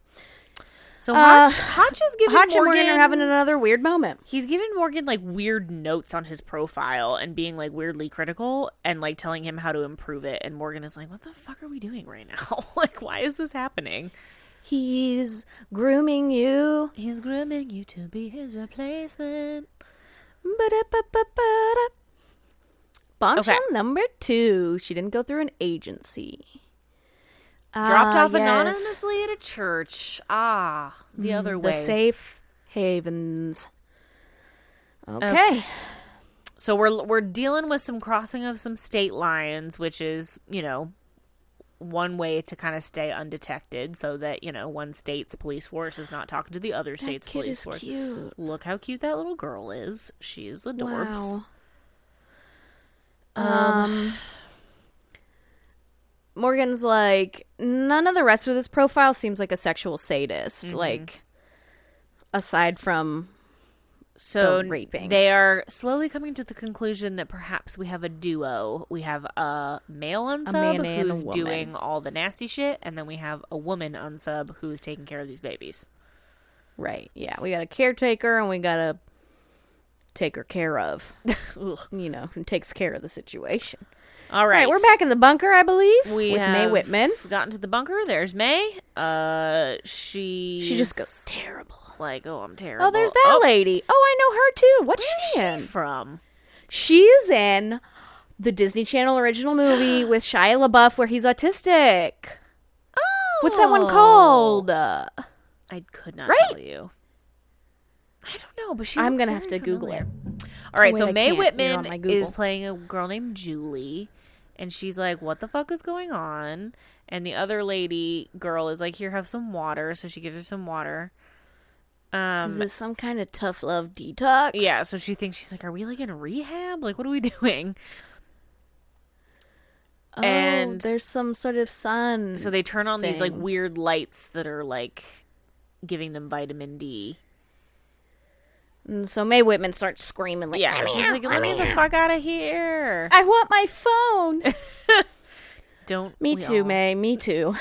So Hotch, Hotch is giving
Uh, Hotch and Morgan
Morgan
are having another weird moment.
he's giving Morgan like weird notes on his profile and being like weirdly critical and like telling him how to improve it. And Morgan is like, "What the fuck are we doing right now? like, why is this happening?"
He's grooming you.
He's grooming you to be his replacement.
Ba-da-ba-ba-ba-da. Bombshell
Okay.
number two. She didn't go through an agency.
Dropped
Ah,
off
yes.
anonymously at a church. Ah, the other
The
way.
safe havens. Okay.
so we're we're dealing with some crossing of some state lines, which is you know one way to kind of stay undetected, so that you know one state's police force is not talking to the other state's
Kid
police
is
force.
cute.
Look how cute that little girl is. She's adorbs.
Wow. Um, Morgan's like, none of the rest of this profile seems like a sexual sadist. Like, aside from
So
The raping.
they are slowly coming to the conclusion that perhaps we have a duo. We have a male unsub
man and a
who's
woman.
doing all the nasty shit, and then we have a woman unsub who's taking care of these babies.
Right. Yeah. We got a caretaker and we got to take her care of,
Ugh.
you know, who takes care of the situation.
All
All
right,
right. We're back in the bunker, I believe.
We
with May
have
Whitman.
gotten to the bunker. There's May. Uh, she
She just goes, terrible.
like, "Oh, I'm terrible."
Oh, there's that lady. Oh, I know her too. What's she
Where's she
in?
from?
She is in the Disney Channel original movie with Shia LaBeouf where he's autistic. What's that one
Oh.
called? Uh,
I could not
Right?
tell you. I don't know, but she.
I'm
looks
going to have
very
to Google
familiar.
it.
All right,
Wait,
so
I
Mae
can't. You're on my
Whitman
Google.
is playing a girl named Julie, and she's like, "What the fuck is going on?" And the other lady girl is like, "Here, have some water." So she gives her some water.
Is
Um,
this some kind of tough love detox?
yeah. So she thinks she's like, "Are we like in rehab? Like, what are we doing?"
Oh,
and-
there's some sort of sun.
So they turn on these like
Thing.
weird lights that are like giving them vitamin D.
And so Mae Whitman starts screaming like,
Yeah, she's like, "Let me the fuck out of here!"
I want my phone.
Don't
me
we
too,
all?
May. Me too.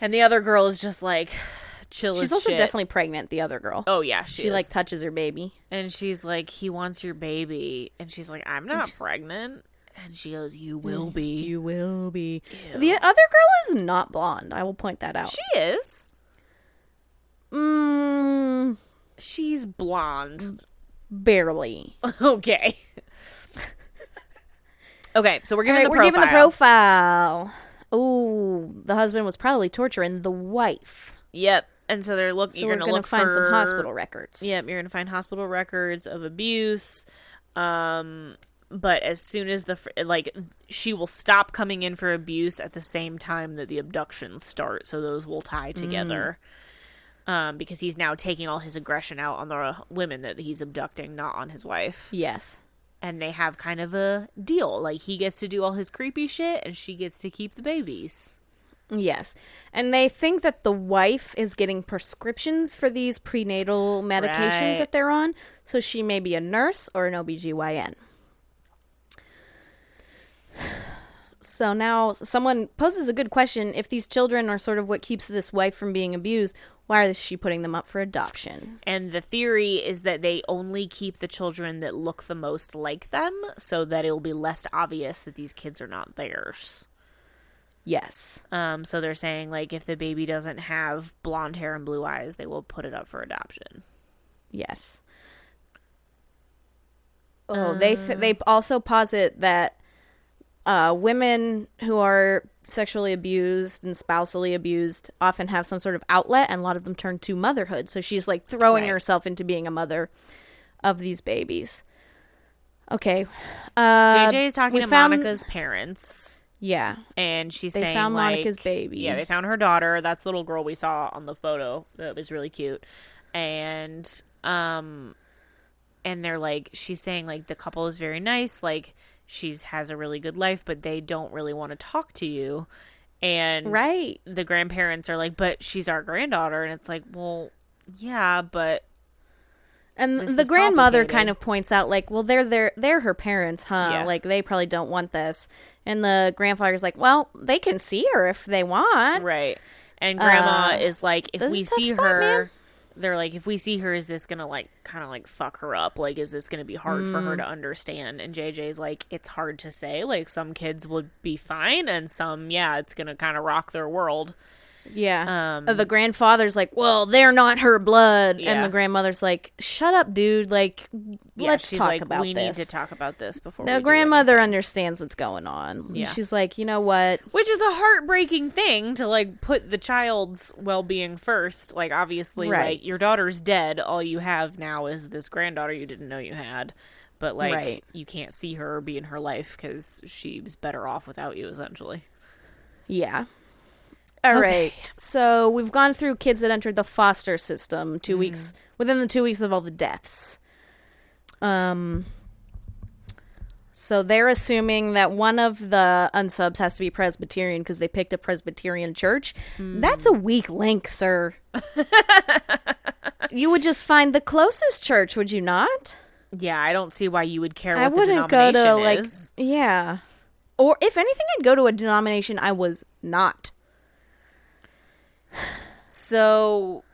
And the other girl is just like chill as
She's also
shit.
definitely pregnant. The other girl.
Oh yeah, she,
she
is.
like touches her baby.
and she's like he wants your baby and she's like I'm not pregnant and she goes you will be.
You will be. The other girl is not blonde. I will point that out.
She is.
mm,
She's blonde.
barely.
okay. okay, so we're giving
Alright,
the
we're
profile.
giving the profile. Oh, the husband was probably torturing the wife.
Yep. And so they're look
So
you're
we're
going to
gonna
look
find
for
some hospital records.
Yep, you're gonna find hospital records of abuse. Um, but as soon as the fr- like, she will stop coming in for abuse at the same time that the abductions start, so those will tie together. Um, because he's now taking all his aggression out on the uh, women that he's abducting, not on his wife.
Yes.
And they have kind of a deal, like he gets to do all his creepy shit, and she gets to keep the babies.
Yes. And they think that the wife is getting prescriptions for these prenatal medications
Right.
that they're on. So she may be a nurse or an OBGYN. So now someone poses a good question. If these children are sort of what keeps this wife from being abused, why is she putting them up for adoption?
And the theory is that they only keep the children that look the most like them so that it'll be less obvious that these kids are not theirs.
Yes.
Um, so they're saying, like, if the baby doesn't have blonde hair and blue eyes, they will put it up for adoption.
Yes. Oh, they
Um,
th- they also posit that uh, women who are sexually abused and spousally abused often have some sort of outlet, and a lot of them turn to motherhood. So she's like throwing
Right.
herself into being a mother of these babies. Okay. Uh,
JJ is talking
we
to
found-
Monica's parents,
Yeah.
and she's
They
saying,
found
like,
Monica's baby.
Yeah, they found her daughter. That's the little girl we saw on the photo. That was really cute. And um and they're like she's saying like the couple is very nice, like she's has a really good life, but they don't really want to talk to you. And
Right.
the grandparents are like, "But she's our granddaughter." And it's like, "Well, yeah, but
And
This
the
is
grandmother
complicated.
kind of points out, like, well, they're their they're her parents, huh?
Yeah.
Like they probably don't want this. And the grandfather's like, well, they can see her if they want.
right." And grandma
Uh,
is like, "If
this is
we
a tough
see
spot,
her,
man.
they're like, if we see her, is this gonna like kind of like fuck her up? Like, is this gonna be hard for
Mm.
her to understand?" And JJ's like, "It's hard to say. Like, some kids would be fine, and some, yeah, it's gonna kind of rock their world."
Yeah.
Um,
Uh, the grandfather's like, well, they're not her blood.
Yeah.
And the grandmother's like, shut up, dude. Like,
Yeah,
let's
she's
talk
like,
about
"We
this.
need to talk about this before." we
the
do
grandmother understands what's going on.
Yeah.
She's like, you know what?
which is a heartbreaking thing to like put the child's well-being first like obviously
Right.
like your daughter's dead all you have now is this granddaughter you didn't know you had but like
Right.
you can't see her or be in her life because she's better off without you essentially
Yeah. All right.
Okay.
So we've gone through kids that entered the foster system
Mm.
2 weeks within the two weeks of all the deaths. Um. So they're assuming that one of the unsubs has to be Presbyterian because they picked a Presbyterian church.
Mm.
That's a weak link, sir. you would just find the closest church, would you not?
yeah i don't see why you would care
I
what the
wouldn't go
denomination
to like
is
yeah. Or if anything, I'd go to a denomination I was not.
so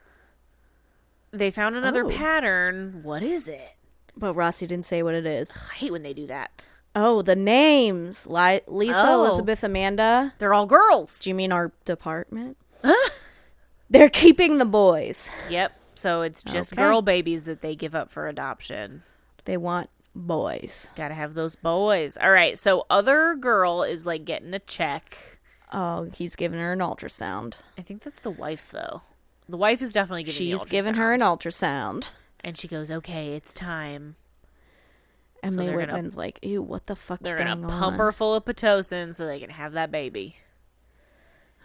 they found another
Oh.
pattern what is it
But Rossi didn't say what it is.
i hate when they do that
Oh, the names. Li- Lisa,
Oh.
Elizabeth, Amanda.
they're all girls
Do you mean our department? They're keeping the boys.
yep so it's just
Okay.
girl babies that they give up for adoption
They want boys.
Gotta have those boys. All right, so other girl is like getting a check.
Oh, he's giving her an ultrasound.
I think that's the wife though. The wife is definitely giving. the
She's giving
ultrasound.
her an ultrasound.
and she goes, "Okay, it's time."
And
So
May
they're gonna-
Whitman's like, ew, what the fuck's
They're
going
gonna
on?
pump her full of pitocin so they can have that baby.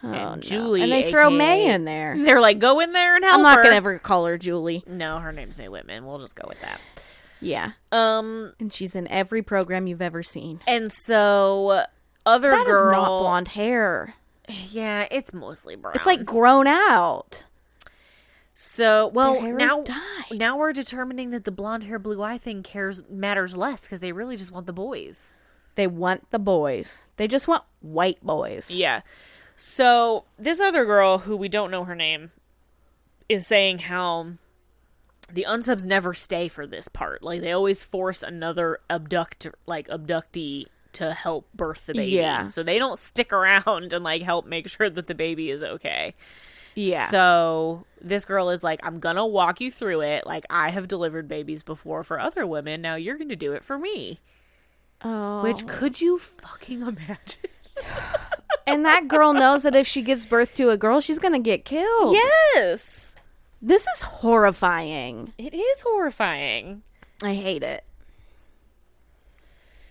Oh,
and
no.
Julie,
And they throw
aka
May in there.
And they're like, "Go in there and help."
I'm not
her."
going to ever call her Julie.
No, her name's May Whitman. We'll just go with that.
Yeah.
Um,
And she's in every program you've ever seen.
and so other
That is
girl,
not blonde hair.
yeah, it's mostly brown.
It's like grown out.
So well
hair is
now
dyed.
now we're determining that the blonde hair blue eye thing cares matters less because they really just want the boys.
They want the boys. They just want white boys.
Yeah. So this other girl who we don't know her name is saying how the unsubs never stay for this part. Like they always force another abduct like abductee to help birth the baby.
Yeah.
So they don't stick around and like help make sure that the baby is okay. So this girl is like, I'm gonna walk you through it. Like I have delivered babies before for other women. Now you're gonna do it for me.
oh.
Which could you fucking imagine?
and that girl knows that if she gives birth to a girl, she's going to get killed.
Yes.
This is horrifying.
It is horrifying.
I hate it.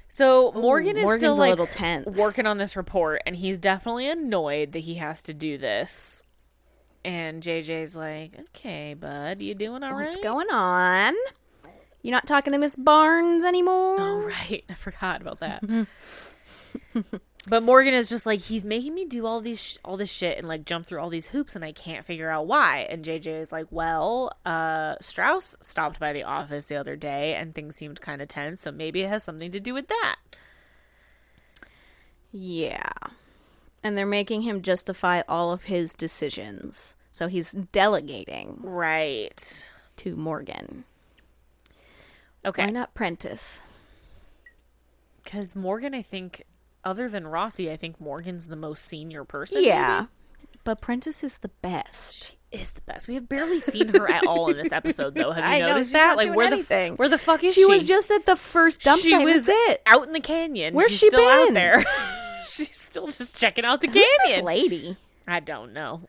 So Morgan is
Morgan's
still
a
like
little tense.
working on this report and he's definitely annoyed that he has to do this. And JJ's like, Okay, bud, you doing all right?
What's going on? You're not talking to Miss Barnes anymore?
Oh, right. I forgot about that. but Morgan is just like he's making me do all these sh- all this shit and like jump through all these hoops and I can't figure out why. And JJ is like, "Well, uh Strauss stopped by the office the other day and things seemed kind of tense, so maybe it has something to do with that."
Yeah. And they're making him justify all of his decisions. So he's delegating
Right.
to Morgan. Why
Okay.
not Prentice?
Because Morgan, I think, other than Rossi, I think Morgan's the most senior person.
Yeah. But Prentice is the best.
maybe, Is the best. We have barely seen her at all in this episode, though. Have you
I know,
noticed
she's
that?
not
like,
doing
where the
anything.
f- where the fuck is she?
She was just at the first dump
she
site.
was
Was it?
out in the canyon.
Where's
She's
she
still out
been?
there. She's still just checking out the
Who's this
canyon.
lady?
I don't know.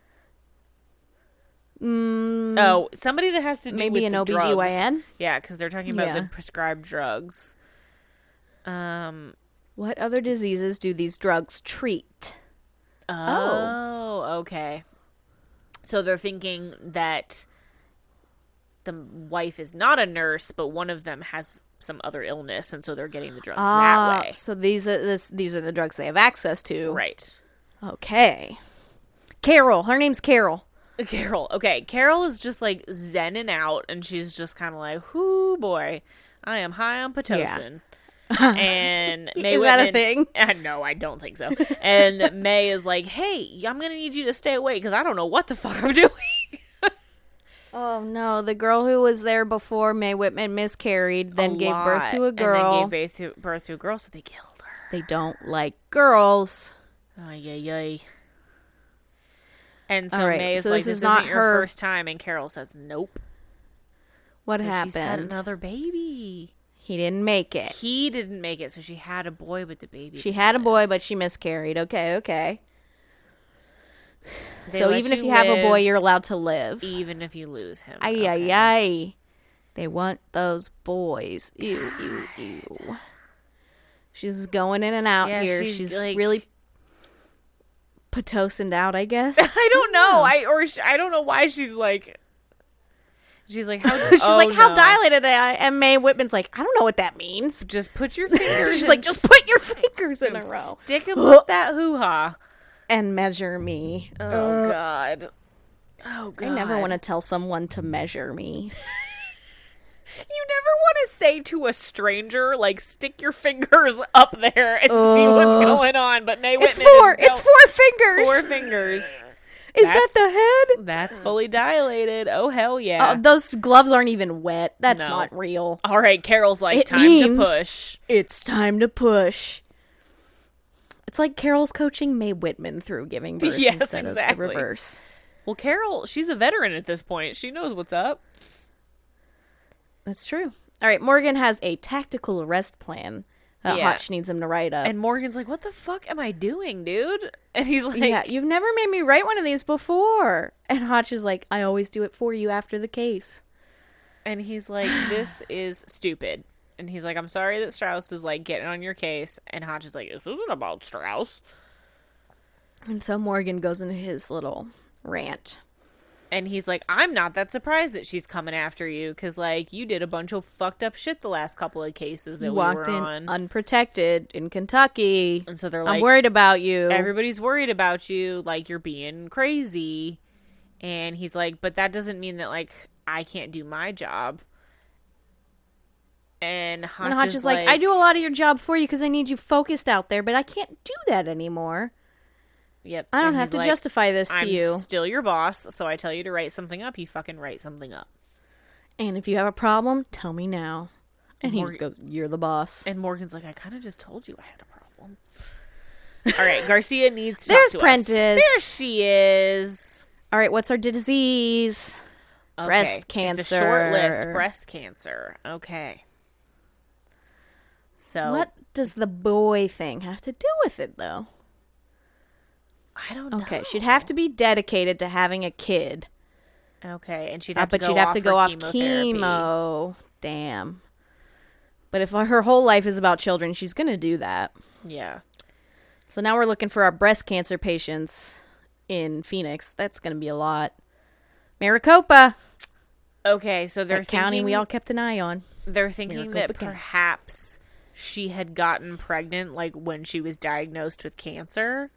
Mm,
oh, somebody that has to do
Maybe
with
an
the
OBGYN?
drugs. Yeah, because they're talking about the
Yeah.
prescribed drugs. Um.
What other diseases do these drugs treat?
Oh. Okay. So they're thinking that the wife is not a nurse, but one of them has some other illness, and so they're getting the drugs
Ah,
that way.
So these are this, these are the drugs they have access to.
Right.
Okay. Carol. Her name's Carol.
Carol. Okay, Carol is just like zenning out, and she's just kind of like, "Whoo, boy, I am high on pitocin." and May
Is that a
Whitman-
thing?
Uh, no, I don't think so. And May is like, "Hey, I'm gonna need you to stay away because I don't know what the fuck I'm doing."
Oh no, the girl who was there before May Whitman miscarried, then gave birth
lot.
to a
And then
girl.
gave birth to, birth to a girl, so they killed her.
they don't like girls.
Ay, ay, ay. And so
All right,
May is
so
like,
this
"This
is not
isn't your
her-
first time," and Carol says, "Nope."
What
So
happened?
she's had another baby.
He didn't make it.
He didn't make it, so she had a boy with the baby.
She had a boy, but she miscarried. Okay, okay.
They
so
let
even if you have a
live,
boy, you're allowed to live.
even if you lose him.
Ay,
okay.
ay, ay. They want those boys. Ew, ew, ew. She's going in and out
Yeah,
here.
she's,
She's,
like-
really patocined out, I guess.
I don't know. I or sh I don't know why she's like. She's like how
She's
oh,
like, how
no.
dilated I am. May Whitman's like, I don't know what that means.
Just put your fingers.
She's
in-
like, just put your fingers in a row
Stick 'em with that hoo ha.
and measure me.
Oh god. Oh god.
I never want to tell someone to measure me.
You never want to say to a stranger like stick your fingers up there and see what's going on. But May
It's
Whitman is
four. It's
don't-
four fingers.
four fingers.
Is that the head?
That's fully dilated. Oh hell yeah.
Uh, those gloves aren't even wet. That's
No.
not real.
All right, Carol's like
It
time to
means-
push.
It's time to push. It's like Carol's coaching Mae Whitman through giving birth
Yes,
instead
exactly.
of the reverse.
Well, Carol, she's a veteran at this point. She knows what's up.
That's true. All right, Morgan has a tactical arrest plan that
Yeah.
Hotch needs him to write up.
And Morgan's like, "What the fuck am I doing, dude?" And he's like,
yeah, you've never made me write one of these before. And Hotch is like, I always do it for you after the case.
and he's like, "This is stupid." And he's like, "I'm sorry that Strauss is like getting on your case." And Hodge is like, "This isn't about Strauss."
And so Morgan goes into his little rant.
And he's like, "I'm not that surprised that she's coming after you cuz like you did a bunch of fucked up shit the last couple of cases that
You
we
walked
were
in
on."
unprotected in Kentucky.
and so they're
I'm
like,
worried about you.
everybody's worried about you like you're being crazy and he's like but that doesn't mean that like i can't do my job and hodge,
and Hodge is like, I do a lot of your job for you because I need you focused out there, but I can't do that anymore.
yep
I don't
And
have
he's
to
like,
justify this to
I'm
you.
still your boss so i tell you to write something up you fucking write something up
And if you have a problem, tell me now. And he
Mor-
just goes, You're the boss.
and morgan's like i kind of just told you i had a problem all right garcia needs to talk
There's
to us.
Prentice.
there she is
All right, what's our disease?
Okay,
Breast
It's a short list.
cancer.
Breast cancer. Okay. So
What does the boy thing have to do with it, though?
I don't know.
Okay, she'd have to be dedicated to having a kid,
Okay, and she'd
uh,
have to
but
go
she'd have to
her
go off
chemotherapy.
chemo. Damn. But if her whole life is about children, she's going to do that.
Yeah.
So now we're looking for our breast cancer patients in Phoenix. That's going to be a lot. Maricopa,
Okay, so
the
they're thinking,
county we all kept an eye on.
they're thinking that
Maricopa County.
perhaps she had gotten pregnant like when she was diagnosed with cancer.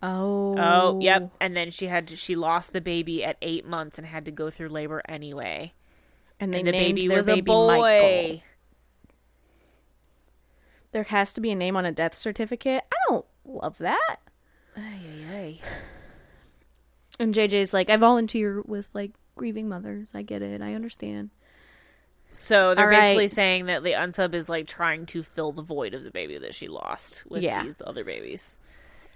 Oh.
Oh, yep. And then she had to, she lost the baby at 8 months and had to go through labor anyway.
And they
And the
named
baby
their
was
baby
a boy.
Michael. There has to be a name on a death certificate. I don't love that. And JJ's like, I volunteer with like grieving mothers. I get it. I understand.
So they're
All right.
basically saying that the unsub is like trying to fill the void of the baby that she lost with
Yeah.
these other babies.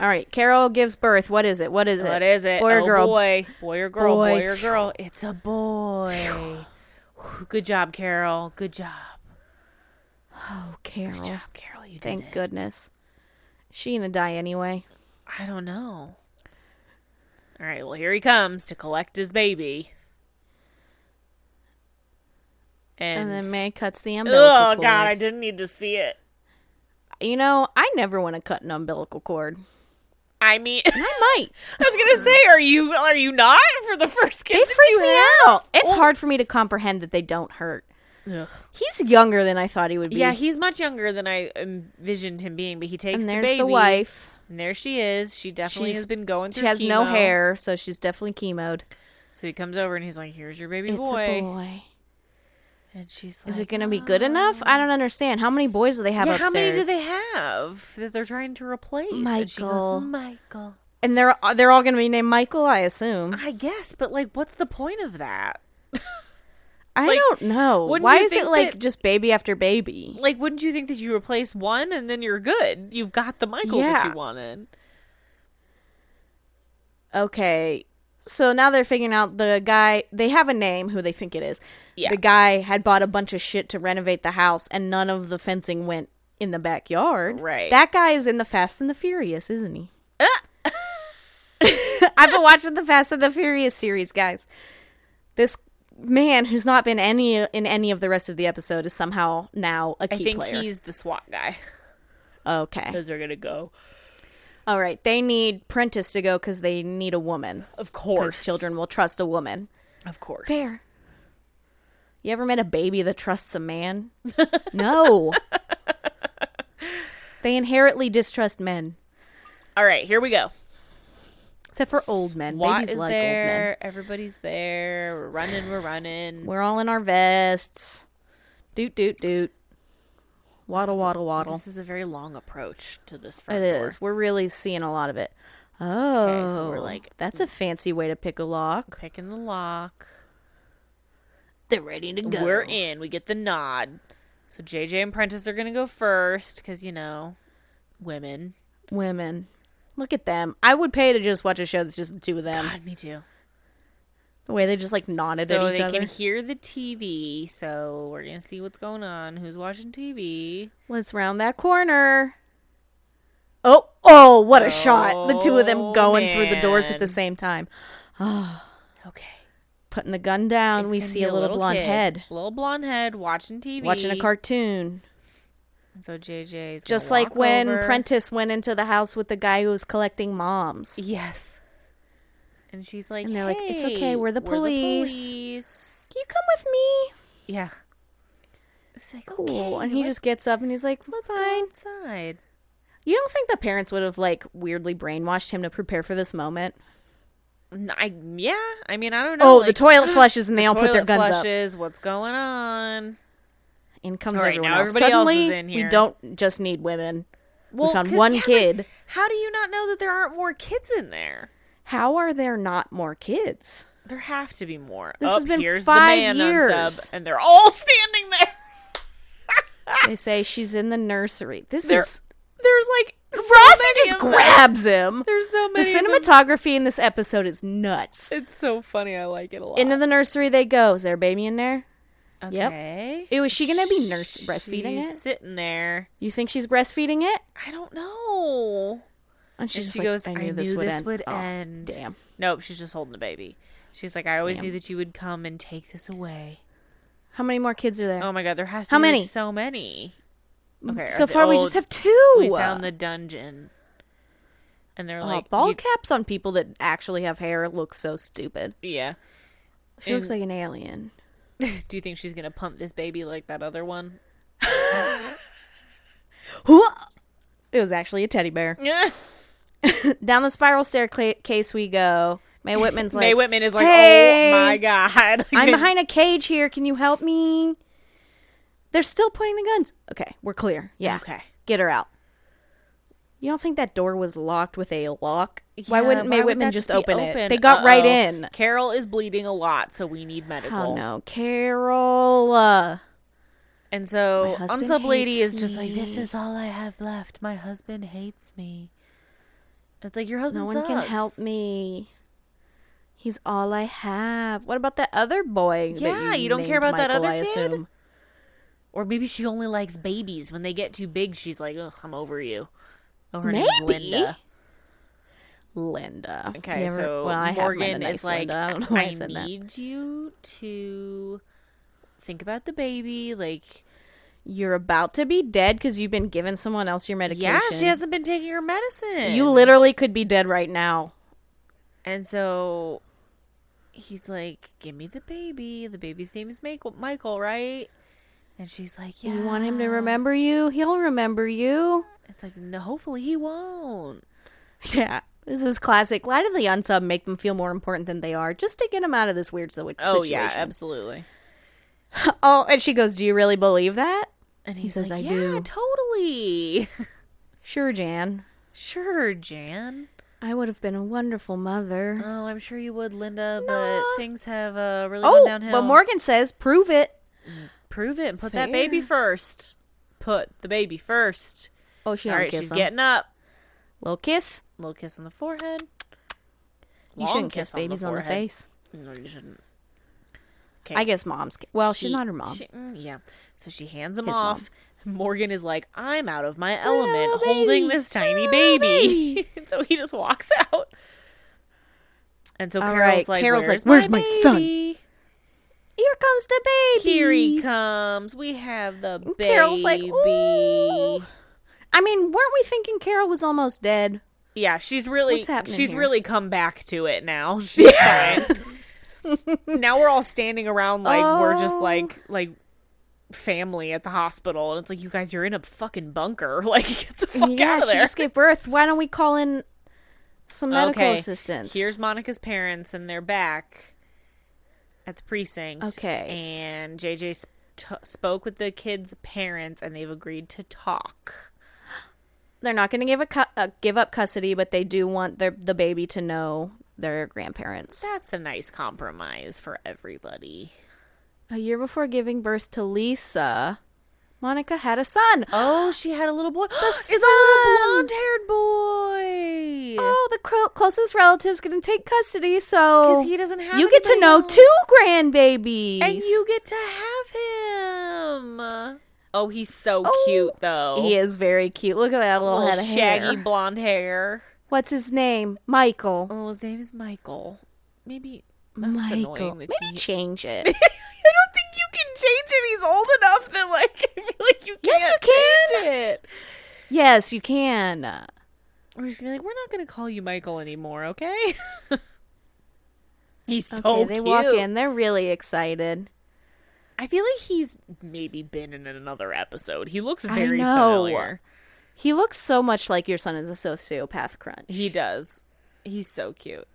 All right, Carol gives birth. What is it? What is it?
What is it?
Boy or
oh,
girl?
Boy. Boy or girl?
Boy.
Boy, or girl? It's a boy. Whew, Good job, Carol. Good job.
Oh, Carol.
Good job, Carol. You did
Thank
it.
goodness. She gonna die anyway.
I don't know. All right. Well, here he comes to collect his baby. And,
And then May cuts the
oh
umbilical
god,
cord.
I didn't need to see it.
You know, I never want to cut an umbilical cord.
I mean, I
I might.
was gonna say, are you are you not for the first kid?
They
that
freak
you
me
had?
out. It's hard for me to comprehend that they don't hurt. He's younger than I thought he would be.
Yeah, he's much younger than I envisioned him being, but he takes
and there's
the
the,
baby.
wife.
And there she is. She definitely
She's-
has been going through
She has no
chemo.
hair, so she's definitely chemoed.
So he comes over and he's like, "Here's your baby
It's
boy."
a boy.
And she's like,
Is it gonna be good enough? I don't understand. How many boys do they have
Yeah,
upstairs?
how many do they have that they're trying to replace? And she
Michael.
goes, "Michael."
And they're they're all gonna be named Michael, I assume.
I guess, but like, what's the point of that?
I
like,
don't know.
wouldn't
Why
you
is it
think
like
that-
just baby after baby?
Like, wouldn't you think that you replace one and then you're good? You've got the Michael that
Yeah.
you wanted.
Okay. So now they're figuring out the guy. They have a name who they think it is.
Yeah.
The guy had bought a bunch of shit to renovate the house, and none of the fencing went in the backyard.
Right. Uh.
That guy is in the Fast and the Furious, isn't he? I've been watching the Fast and the Furious series, guys. This man who's not been any in any of the rest of the episode is somehow now a
I
key
think
player.
he's the SWAT guy.
okay.
Those are gonna go.
All right. They need Prentice to go because they need a woman.
Of
Because
course,
children will trust a woman.
Of course.
You ever met a baby that trusts a man? no. They inherently distrust men,
All right, here we go.
except for old men.
Watt
Babies
is
like old men.
there. Everybody's there. We're running. We're running.
We're all in our vests. Doot doot doot. Waddle waddle waddle.
This is a very long approach to this
It
front door.
is. We're really seeing a lot of it. Oh,
so we're like-
that's a fancy way to pick a lock.
Picking the lock.
They're ready to
We're in. We get the nod. So JJ and Prentice are gonna go first because you know, women.
Women, look at them. I would pay to just watch a show that's just the two of them.
God, me too.
The way they just like nodded
so
at each
they
other.
can hear the TV. So we're gonna see what's going on. Who's watching TV?
Let's round that corner. Oh, oh, what a shot. The two of them
Oh,
going through the doors at the
man.
same time.
Okay.
Putting the gun down, we
It's gonna
see
be
a little, blonde
kid.
head
Little blonde head watching TV.
watching a cartoon.
So JJ's gonna
Just like
walk
when
over.
Prentice went into the house with the guy who was collecting moms.
Yes. And she's like,
And they're like, "It's okay,
"Hey,
we're the police."
police."
Can you come with me?
Yeah. It's like, oh,
Cool.
okay,
and he
let's
just gets up and he's like, fine.
go inside.
You don't think the parents would have, like, weirdly brainwashed him to prepare for this moment?
N- I yeah. I mean, I don't know.
Oh, the
like,
toilet flushes and they all put their
toilet
guns up.
flushes, What's going on?
In comes
All right,
everyone
now
else.
everybody else is
Suddenly,
in
we
here.
don't just need women.
Well,
we found
'cause-
one
yeah, but
kid.
How do you not know that there aren't more kids in there?
How are there not more kids?
There have to be more.
This
Up,
has been
here's
five
the man on
years.
sub, and they're all standing there.
They say she's in the nursery. This
There-
is
There's like so
Rossi
many
just
of them.
grabs him.
There's so
The
many. of them.
cinematography in this episode is nuts.
It's so funny. I like it a lot.
Into the nursery they go. Is there a baby in there? Yep.
Okay.
Ew, is she gonna be nurse breastfeeding
She's
it?
Sitting there.
You think she's breastfeeding it?
I don't know.
And she's
And
just
she
like,
goes,
I knew this would end. Oh,
end.
damn.
Nope, she's just holding the baby. She's like, I always knew that you would come and take this away.
How many more kids are there?
Oh my god, there has to
How
be
many?
so many. Okay,
so
are they-
far, we
oh,
just have two. uh,
We found the dungeon, and they're
Oh,
like,
ball
you-
caps on people that actually have hair look so stupid.
yeah.
She looks like an alien.
Do you think she's gonna pump this baby like that other one?
It was actually a teddy bear.
Yeah.
Down the spiral staircase we go. May Whitman's like,
May Whitman is like,
"Hey,
oh my god,
I'm behind a cage here. Can you help me? They're still pointing the guns. Okay, we're clear. Yeah.
Okay.
Get her out. You don't think that door was locked with a lock? why
Yeah,
wouldn't May
would
Whitman
that
just
be
open, it?
open?
They got right
Uh-oh.
in.
Carol is bleeding a lot, so we need medical.
Oh no, Carol. Uh,
And so
My husband
Unsub Lady
hates
is just like, This
me."
is all I have left. My husband hates me. It's like your husband
no one can
sucks."
help me. He's all I have. What about that other boy? that
Yeah, you don't care
named
about that
Michael,
other
I
kid?
assume?
Or maybe she only likes babies. When they get too big, she's like, Ugh, I'm over you. Oh, her name's
Maybe.
Linda.
Linda.
Okay,
You ever-
so
well, I have met a
Morgan
nice
is like,
Linda. I
I,
don't know why I said that.
need you to think about the baby. Like,
You're about to be dead because you've been giving someone else your medication.
yeah, she hasn't been taking her medicine.
You literally could be dead right now.
And so he's like, "Give me the baby. The baby's name is Michael, Michael right?" And she's like, "Yeah."
You want him to remember you? He'll remember you.
It's like, "No, hopefully he won't."
Yeah. This is classic. Why did the unsub make them feel more important than they are? Just to get them out of this weird si- situation.
absolutely.
oh, and she goes, "Do you really believe that?"
And he's
says,
like,
"I
"Yeah,
do."
totally.
Sure, Jan.
sure, Jan.
I would have been a wonderful mother.
Oh, I'm sure you would, Linda,
Nah.
but things have uh, really
oh,
gone downhill.
but Morgan says, "Prove it."
prove it and put that
Fair.
baby first. Put the baby first.
Oh, she
All
don't
right,
kiss
she's
him.
getting up.
Little kiss.
Little kiss on the forehead.
you
Long
shouldn't kiss,
on the
babies on the,
forehead.
face.
No, you shouldn't.
I guess mom's. ki- Well, she's
She-
not her mom.
she- mm, yeah. So she hands him
His mom.
off. Morgan is like, I'm out of my
little
element holding
baby.
this tiny
Little
baby. and so he just walks out. And so
All
Carol's
right,
like,
Carol's
Where's
like, "Where's
my,
my son?"
baby?
Here comes the baby.
Here he comes. We have the baby.
Carol's like, "Ooh." I mean, weren't we thinking Carol was almost dead?
Yeah, she's really
What's happening
she's
here?
really come back to it now. She's fine. now we're all standing around like we're just
Oh.
like like family at the hospital and it's like you guys you're in a fucking bunker. Like get the fuck
yeah,
out of
she
there.
just gave birth. Why don't we call in some medical
Okay,
assistance?
Here's Monica's parents and they're back at the precinct.
Okay.
And JJ sp- t- spoke with the kids' parents and they've agreed to talk.
they're not going to give a cu- uh, give up custody, but they do want their the baby to know their grandparents.
That's a nice compromise for everybody.
a year before giving birth to Lisa, Monica had a son.
Oh, she had a little boy. it's
son!
haired boy.
Oh, the cl- closest relative's going to take custody, so
he doesn't have
you get to
anybody
know
else.
two grandbabies.
and you get to have him. Oh, he's so cute though.
he is very cute. Look at that little,
Oh. Little
head of
shaggy
hair.
blonde hair.
What's his name? Michael.
Oh, his name is Michael. Maybe
Michael.
annoying that
Maybe
you-
change it.
I don't think you can change him. He's old enough that like I feel like you can't.
Yes, you
change it.
yes, you can.
We're just gonna be like, we're not gonna call you Michael anymore, okay? he's so
Okay, they
cute.
walk in. They're really excited.
I feel like he's maybe been in another episode. He looks
I
very
know.
familiar.
He looks so much like your son is a sociopath crunch.
He does. He's so cute.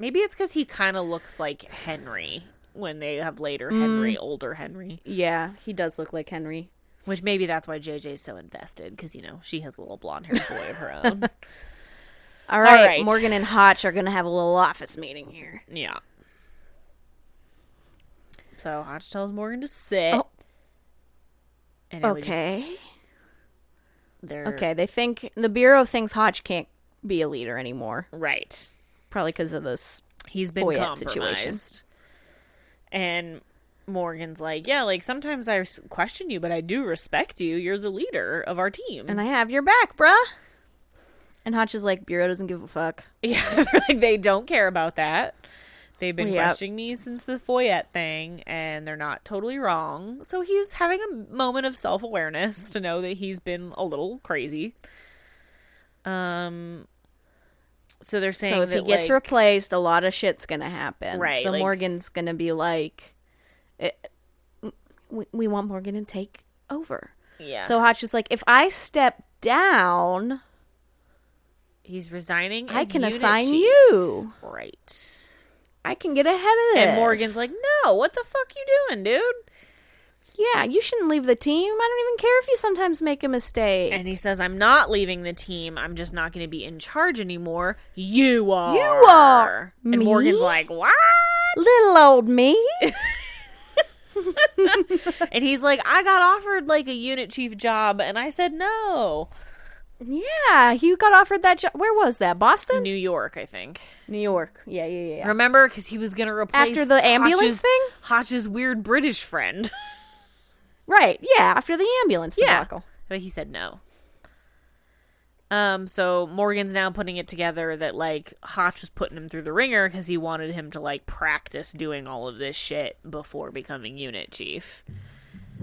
Maybe it's because he kind of looks like Henry when they have later Henry, older Henry.
yeah, he does look like Henry.
Which maybe that's why JJ's so invested because, you know, she has a little blonde haired boy of her own.
All right,
right.
Morgan and Hotch are going to have a little office meeting here.
Yeah. So Hodge tells Morgan to sit.
Oh.
And it would
Okay.
Just, they're
Okay, they think the Bureau thinks Hotch can't be a leader anymore,
Right.
probably because of this.
he's been
Foyette
compromised.
situation.
And Morgan's like, yeah, like sometimes I res- question you, but I do respect you. You're the leader of our team.
And I have your back, bruh. And Hotch is like, Bureau doesn't give a fuck.
yeah, they're like they don't care about that. They've been
Yep.
questioning me since the Foyette thing, and they're not totally wrong. So he's having a moment of self awareness to know that he's been a little crazy. Um. So they're saying
So if he
that,
gets
like-
replaced, a lot of shit's going to happen.
Right,
So
like-
Morgan's going to be like, it, we, we want Morgan to take over.
yeah.
So Hotch is like, if I step down,
he's resigning.
I
as
can
unit
assign
chief.
you.
Right.
I can get ahead of this.
And Morgan's like, "No, what the fuck you doing, dude?"
yeah, you shouldn't leave the team. I don't even care if you sometimes make a mistake.
And he says, I'm not leaving the team. I'm just not going to be in charge anymore. You are.
are.
And
Me?
Morgan's like, What?
Little old me.
And he's like, I got offered like a unit chief job and I said no.
yeah, you got offered that job. Where was that? Boston?
New York, I think.
New York. Yeah, yeah, yeah, yeah.
Remember? Because he was going to replace
After the ambulance
Hotch's-
thing?
Hotch's weird British friend.
Right. Yeah, after the ambulance debacle.
But he said no. Um, so Morgan's now putting it together that like Hotch was putting him through the ringer because he wanted him to like practice doing all of this shit before becoming unit chief.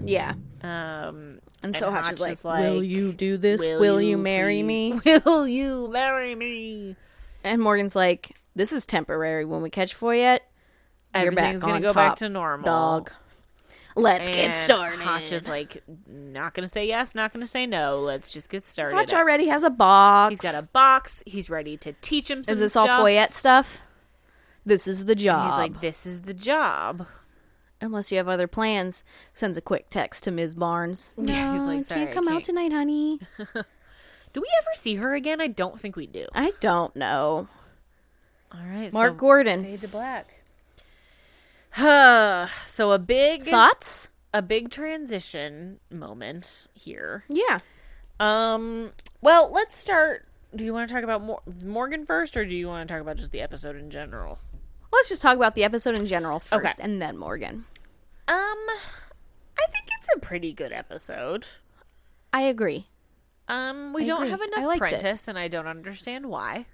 Yeah.
Um,
And so
Hotch
Hotch is
is
like, "Will
like,
you do this? Will, you, marry
please-
me?"
Will you marry me?
And Morgan's like, "This is temporary. When we catch Foyette, you're
Everything's
back
gonna
on
go
top,
back to normal.
dog. Let's
And
get started."
Hotch is like, not gonna say yes, not gonna say no. Let's just get started.
Hotch already has a box.
He's got a box. He's ready to teach him some
Is this
stuff.
all Foyette stuff? This is the
And
job.
He's like, this is the job.
Unless you have other plans, sends a quick text to Ms. Barnes.
Yeah, he's
"No,
like,
I
"Sorry, I
can't come
can't."
out tonight, honey.
Do we ever see her again? I don't think we do.
I don't know.
All right,
Mark
so
Gordon,
fade to black. Huh. so a big
thoughts?
a big transition moment here.
Yeah.
Um, well, let's start. Do you want to talk about Mor- Morgan first, or do you want to talk about just the episode in general?
Let's just talk about the episode in general first,
Okay.
and then Morgan.
Um, I think it's a pretty good episode.
I agree.
Um, we
I
don't
agree.
have
I
enough
liked it.
Prentice, and I don't understand why.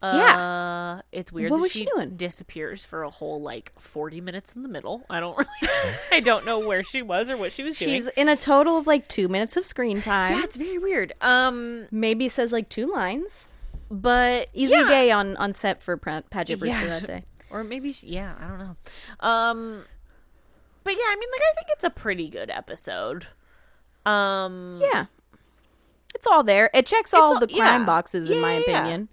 Yeah.
Uh, it's weird
What
that
was
she,
she doing?
disappears for a whole like 40 minutes in the middle. I don't really I don't know where she was or what she was
She's
doing.
in a total of like two minutes of screen time.
Yeah, it's very weird. Um,
Maybe says like two lines.
but
Easy
yeah.
day on on set for Pre- Paget Brewster
Yeah.
that day.
Or maybe she, yeah, I don't know. Um, but yeah, I mean like I think it's a pretty good episode. Um,
Yeah, it's all there. It checks all,
all-
the crime
yeah.
boxes, in
Yeah,
my
yeah, yeah.
opinion.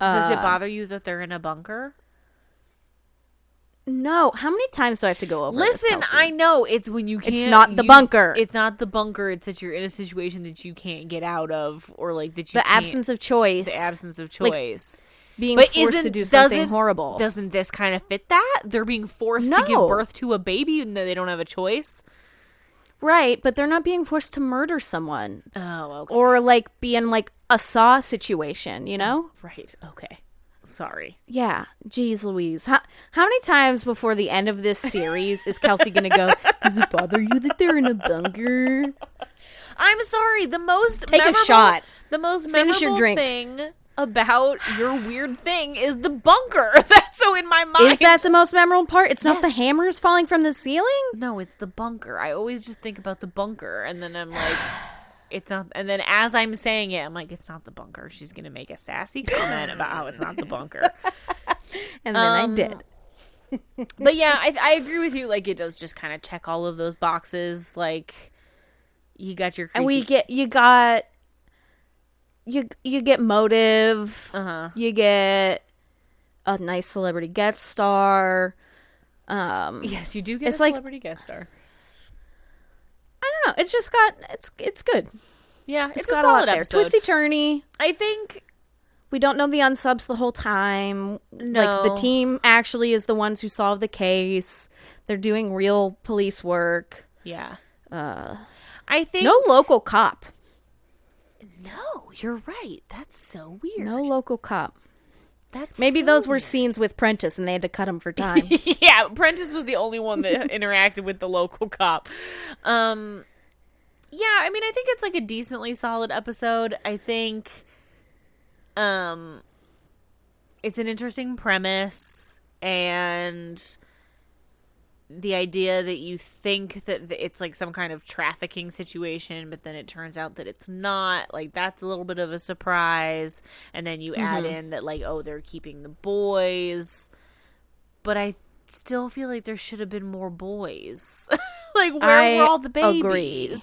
does it
Uh,
bother you that they're in a bunker?
No, how many times do I have to go over? this,
Listen,
Kelsey?
I know it's when you can't.
not the
you-
bunker.
It's not the bunker. It's that you're in a situation that you can't get out of, or like that you
the
can't-
absence of choice,
the absence of
like,
choice.
being
but
forced
isn't
to do something
doesn't-
horrible.
Doesn't this kind of fit that? They're being forced to give
No.
birth to a baby and they don't have a choice.
right, but they're not being forced to murder someone
Oh, okay.
or like be in like a saw situation. You know.
right. Okay. Sorry.
Yeah, geez, Louise. How how many times before the end of this series is Kelsey gonna go? Does it bother you that they're in a bunker?
I'm sorry. The most
Take a
memorable-
shot.
The most memorable
Finish your drink.
thing about your weird thing is the bunker. That's so in my mind.
Is that the most memorable part? It's not the hammers falling from the ceiling.
No, it's the bunker. I always just think about the bunker, and then I'm like, it's not. And then as I'm saying it, I'm like, it's not the bunker. She's gonna make a sassy comment about how it's not the bunker.
And then
Um,
I did.
But yeah, I, I agree with you. Like, it does just kind of check all of those boxes. Like, you got your creasy,
And we get you got you you get motive.
uh-huh.
You get a nice celebrity guest star. Um,
Yes, you do get
It's
a
like-
celebrity guest star.
I don't know. It's just got it's it's good.
Yeah, it's,
got
a solid
there.
episode.
Twisty turny.
I think
We don't know the unsubs the whole time. Like
No.
the team actually is the ones who solve the case. They're doing real police work.
Yeah. Uh, I think
No local cop.
No, you're right. That's so weird.
No local cop.
that's
Maybe
so
those were
weird.
scenes with Prentice and they had to cut him for time.
yeah, Prentice was the only one that interacted with the local cop. Um, yeah, I mean, I think it's like a decently solid episode. I think, um, it's an interesting premise and the idea that you think that th- it's like some kind of trafficking situation but then it turns out that it's not like that's a little bit of a surprise and then you add in that like oh they're keeping the boys but I still feel like there should have been more boys. like where
I
were all the babies?
agree.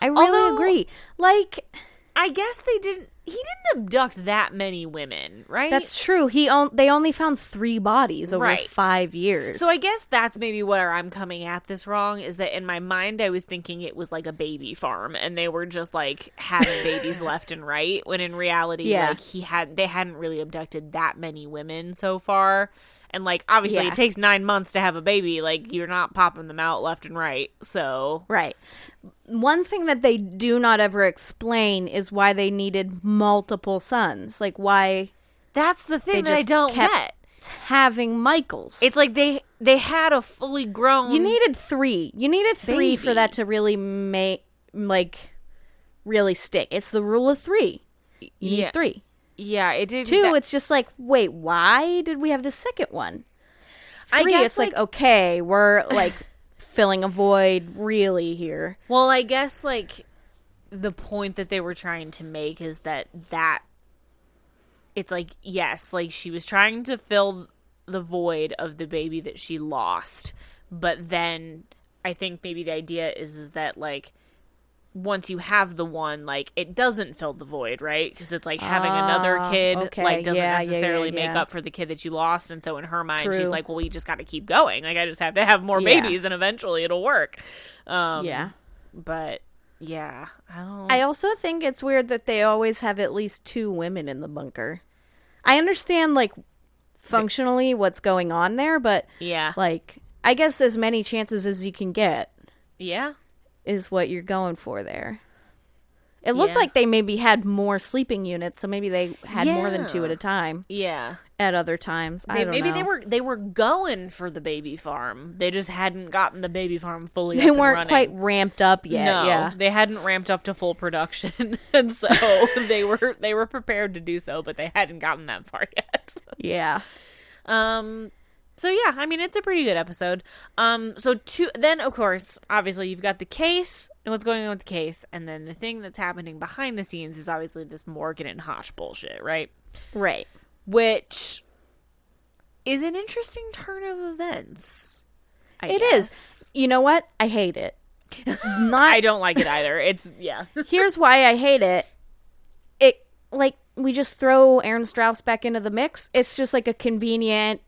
I really
Although-
agree. Like
I guess they didn't. He didn't abduct that many women, right?
That's true. He on- they only found three bodies over
Right.
five years.
so. I guess that's maybe where I'm coming at this wrong is that in my mind I was thinking it was like a baby farm and they were just like having babies left and right when in reality
Yeah.
like he had they hadn't really abducted that many women so far and like obviously
Yeah.
it takes 9 months to have a baby like you're not popping them out left and right. So
right. One thing that they do not ever explain is why they needed multiple sons. Like why
that's the thing that
they just
I don't
kept
get.
having Michaels.
It's like they they had a fully grown
you needed three. You needed three for
Um, Baby.
that to really make like really stick. It's the rule of three. You
yeah,
need three.
Yeah, it did
Two,
that-
it's just like, wait, why did we have the second one? Three,
I guess,
it's like,
like-
okay, we're like filling a void really here.
Well, I guess like the point that they were trying to make is that that it's like yes, like she was trying to fill the void of the baby that she lost, but then I think maybe the idea is is that like once you have the one, like it doesn't fill the void, right? Because it's like having
Ah,
another kid,
okay.
like doesn't
Yeah, yeah, yeah,
necessarily make
yeah.
up for the kid that you lost. And so in her mind, she's
True.
like, "Well, we just got to keep going. Like I just have to have more
Yeah.
babies, and eventually it'll work." Um,
yeah.
but yeah, I don't.
I also think it's weird that they always have at least two women in the bunker. I understand, like, functionally what's going on there, but,
yeah,
like, I guess as many chances as you can get
yeah.
is what you're going for there. It looked
Yeah.
like they maybe had more sleeping units, so maybe they had more than two
Yeah.
at a time
Yeah,
at other times. I
they,
don't
maybe
know.
they were they were going for the baby farm. They just hadn't gotten the baby farm fully. up
they
and
weren't
running.
quite ramped up yet.
no,
Yeah.
they hadn't ramped up to full production, and so they were they were prepared to do so, but they hadn't gotten that far yet.
Yeah.
Um so yeah, I mean it's a pretty good episode. Um so two then of course, obviously you've got the case and what's going on with the case and then the thing that's happening behind the scenes is obviously this Morgan and Hosh bullshit, right?
Right.
Which is an interesting turn of events.
It is. You know what? I hate it. Not
I don't like it either. It's yeah.
here's why I hate it. It like we just throw Aaron Strauss back into the mix. It's just like a convenient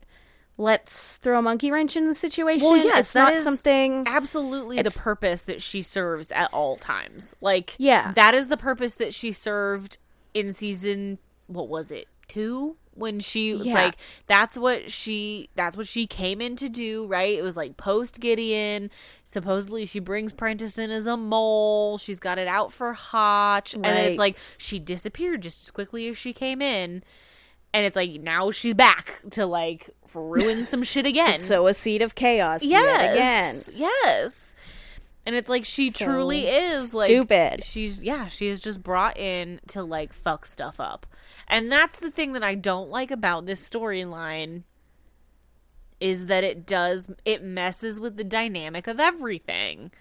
let's throw a monkey wrench in the situation.
Well, yes,
it's
that
not
is-
something
absolutely the purpose that she serves at all times. Like,
Yeah.
that is the purpose that she served in season. What was it? Two when she it's
Yeah.
like that's what she that's what she came in to do right it was like post gideon supposedly she brings prentice in as a mole she's got it out for hotch and then
Right.
it's like she disappeared just as quickly as she came in and it's like now she's back to like ruin some shit again
sow a seed of chaos yet again.
Yes. Yes. And it's like she
So
truly is like
stupid.
She's yeah, she is just brought in to like fuck stuff up. And that's the thing that I don't like about this storyline is that it does it messes with the dynamic of everything.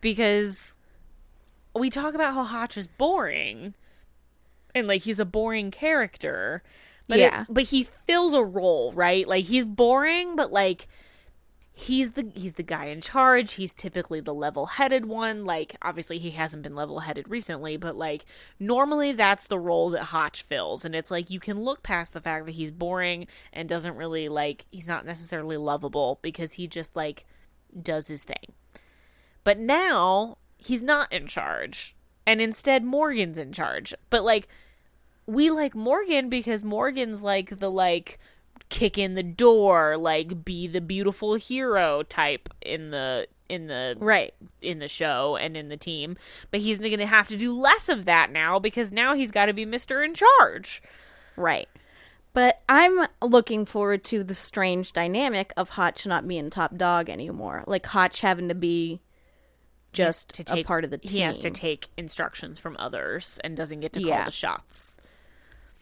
Because we talk about how Hotch is boring and like he's a boring character. But it-
Yeah.
but he fills a role, right? Like he's boring, but like he's the he's the guy in charge. He's typically the level-headed one. Like obviously he hasn't been level-headed recently, but like normally that's the role that Hotch fills and it's like you can look past the fact that he's boring and doesn't really like he's not necessarily lovable because he just like does his thing. But now he's not in charge. And instead Morgan's in charge. But like we like Morgan because Morgan's like the like kick in the door, like be the beautiful hero type in the in the
Right.
in the show and in the team. But he's going to have to do less of that now because now he's got to be Mr. in charge.
Right. But I'm looking forward to the strange dynamic of Hotch not being top dog anymore. Like Hotch having to be just
To take
a part of the team.
He has to take instructions from others and doesn't get to call
Yeah.
the shots.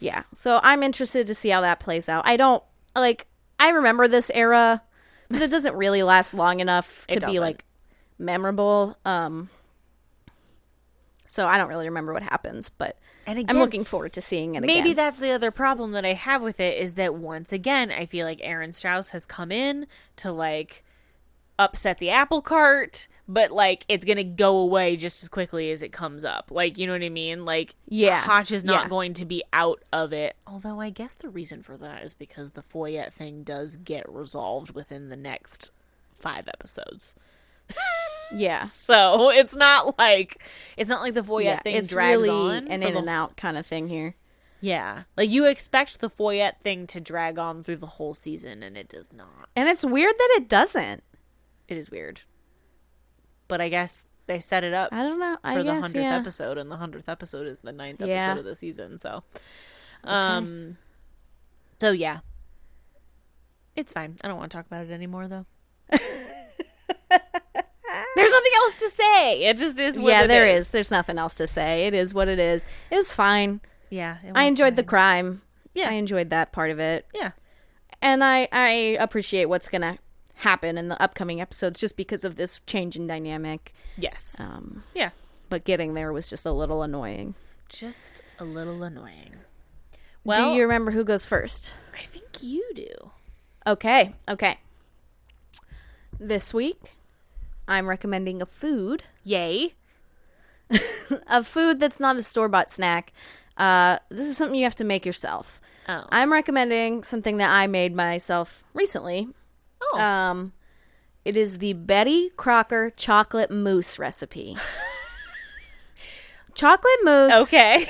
Yeah. So I'm interested to see how that plays out. I don't like I remember this era, but it doesn't really last long enough to
It
be
doesn't.
like memorable. Um so I don't really remember what happens, but
And
I'm looking forward to seeing it
Maybe
again.
that's the other problem that I have with it is that once again, I feel like Aaron Strauss has come in to like upset the apple cart, but like it's gonna go away just as quickly as it comes up. Like you know what I mean? Like
Yeah.
Hotch is not
Yeah.
going to be out of it. Although I guess the reason for that is because the Foyette thing does get resolved within the next five episodes.
Yeah.
So it's not like it's not like the Foyette
yeah.
thing
it's
drags
really
on
an
for
in
the
and out kind of thing here.
yeah. Like you expect the Foyette thing to drag on through the whole season and it does not.
And it's weird that it doesn't.
It is weird. But I guess they set it up
I don't know. I
for the
guess,
hundredth
yeah.
episode, and the hundredth episode is the ninth
Yeah.
episode of the season. So, um, so yeah, it's fine. I don't want to talk about it anymore, though. There's nothing else to say. It just is. What
Yeah,
it
there is. There's nothing else to say. It is what it is. It was fine.
Yeah, it
I
was
enjoyed the
fine.
crime.
Yeah.
I enjoyed that part of it.
yeah,
And I I appreciate what's going to happen in the upcoming episodes just because of this change in dynamic.
yes,
Um
yeah.
but getting there was just a little annoying.
Just a little annoying.
Do
Well,
you remember who goes first?
I think you do.
Okay. Okay. This week I'm recommending a food,
Yay!
a food that's not a store-bought snack. Uh this is something you have to make yourself.
Oh,
I'm recommending something that I made myself recently.
oh,
Um, it is the Betty Crocker chocolate mousse recipe. chocolate mousse.
okay,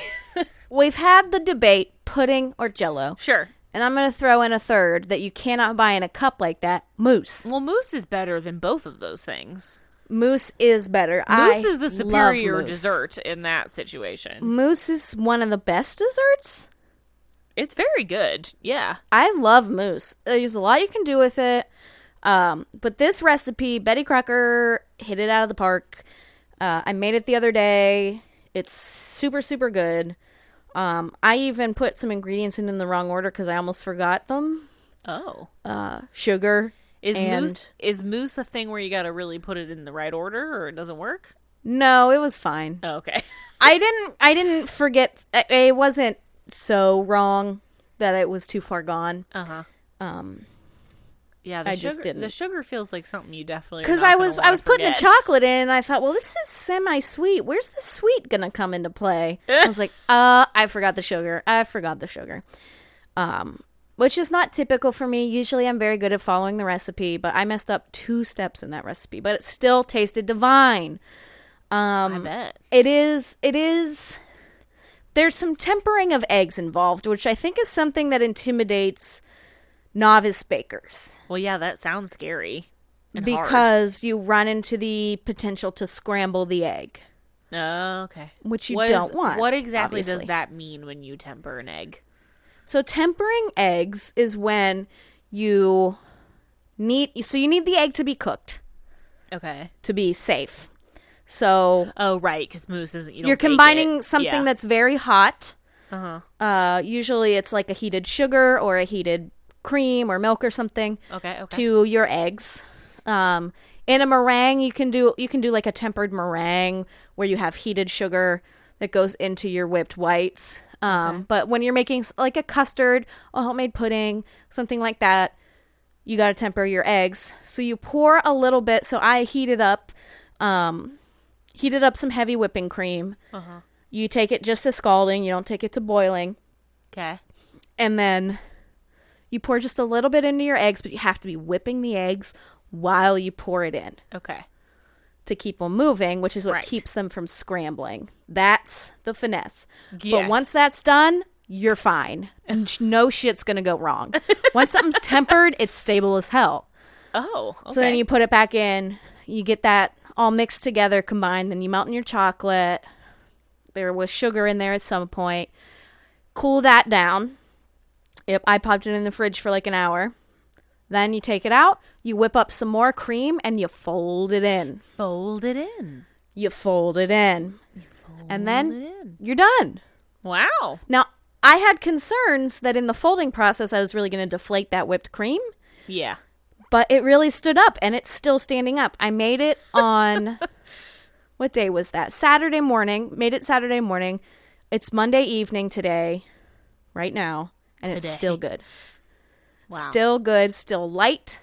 We've had the debate pudding or jello.
sure.
And I'm going to throw in a third that you cannot buy in a cup like that mousse.
Well, moose is better than both of those things.
Mousse is better.
Moose
I
is the
love
superior
mousse.
dessert in that situation.
Mousse is one of the best desserts.
It's very good. Yeah.
I love mousse. There's a lot you can do with it. Um, but this recipe, Betty Crocker hit it out of the park. Uh, I made it the other day. It's super, super good. Um, I even put some ingredients in in the wrong order because I almost forgot them.
Oh.
Uh, sugar.
Is
and-
moose is moose a thing where you got to really put it in the right order or it doesn't work?
No, it was fine.
Oh, okay.
I didn't. I didn't forget. I- It wasn't so wrong that it was too far gone.
Uh huh.
Um,
Yeah, the
I
sugar,
just
The
didn't.
sugar feels like something you definitely
because I was I was putting the chocolate in, and I thought, well, this is semi sweet. Where's the sweet gonna come into play? I was like, uh, I forgot the sugar. I forgot the sugar, um, which is not typical for me. Usually, I'm very good at following the recipe, but I messed up two steps in that recipe, but it still tasted divine.
I
Um,
bet.
It is. It is. There's some tempering of eggs involved, which I think is something that intimidates novice bakers
Well, yeah, that sounds scary. And hard.
because you run into the potential to scramble the egg,
Oh, okay.
which you
What is-
don't want.
What exactly
obviously.
does that mean when you temper an egg?
So tempering eggs is when you need so you need the egg to be cooked
Okay.
to be safe. So
Oh, right, because moose isn't. You don't
you're
bake it.
combining something
Yeah.
that's very hot.
Uh-huh.
Uh, usually it's like a heated sugar or a heated cream or milk or something.
Okay. Okay.
to your eggs. Um, in a meringue, you can do you can do like a tempered meringue where you have heated sugar that goes into your whipped whites. Um, But when you're making s- like a custard, a homemade pudding, something like that, you got to temper your eggs. So you pour a little bit. So I heated up, um, heated up some heavy whipping cream.
Uh-huh.
You take it just to scalding. You don't take it to boiling
Okay.
and then you pour just a little bit into your eggs, but you have to be whipping the eggs while you pour it in
Okay.
to keep them moving, which is what
Right.
keeps them from scrambling. That's the finesse. But
Yes.
once that's done, you're fine. no shit's going to go wrong. Once something's tempered, it's stable as hell.
Oh. Okay.
So then you put it back in, you get that all mixed together, combined, then you melt in your chocolate. There was sugar in there at some point. Cool that down. Yep, I popped it in the fridge for like an hour. Then you take it out, you whip up some more cream, and you fold it in.
fold it in.
You fold it in. and then
in.
you're done.
Wow.
Now, I had concerns that in the folding process, I was really going to deflate that whipped cream.
Yeah.
but it really stood up and it's still standing up. I made it on what day was that? Saturday morning. Made it Saturday morning. It's Monday evening today, right now, and it's
Today.
still good.
Wow.
Still good, still light.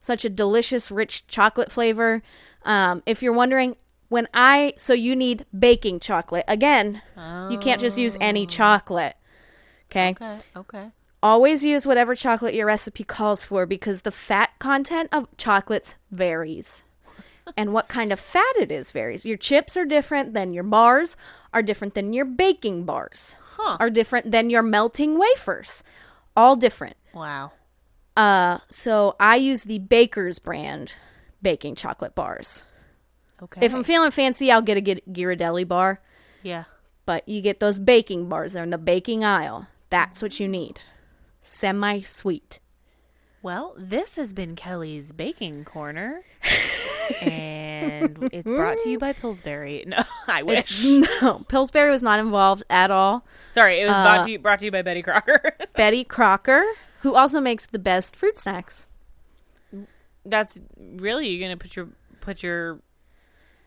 such a delicious, rich chocolate flavor. Um, if you're wondering, when I so you need baking chocolate again. You can't just use any chocolate. Uh, Okay?
Oh. Okay. Okay.
Always use whatever chocolate your recipe calls for because the fat content of chocolates varies. and what kind of fat it is varies. Your chips are different than your bars, are different than your baking bars, are different than your melting wafers. All different.
Wow.
Uh, so I use the Baker's brand baking chocolate bars.
Okay.
If I'm feeling fancy, I'll get a Ghir- Ghirardelli bar,
yeah.
but you get those baking bars. They're in the baking aisle. That's what you need. Semi sweet.
Well, this has been Kelly's Baking Corner. and it's brought to you by Pillsbury. No, I wish.
No, Pillsbury was not involved at all.
Sorry, it was
uh,
brought, to you, brought to you by Betty Crocker.
Betty Crocker, who also makes the best fruit snacks.
That's really you're gonna put your put your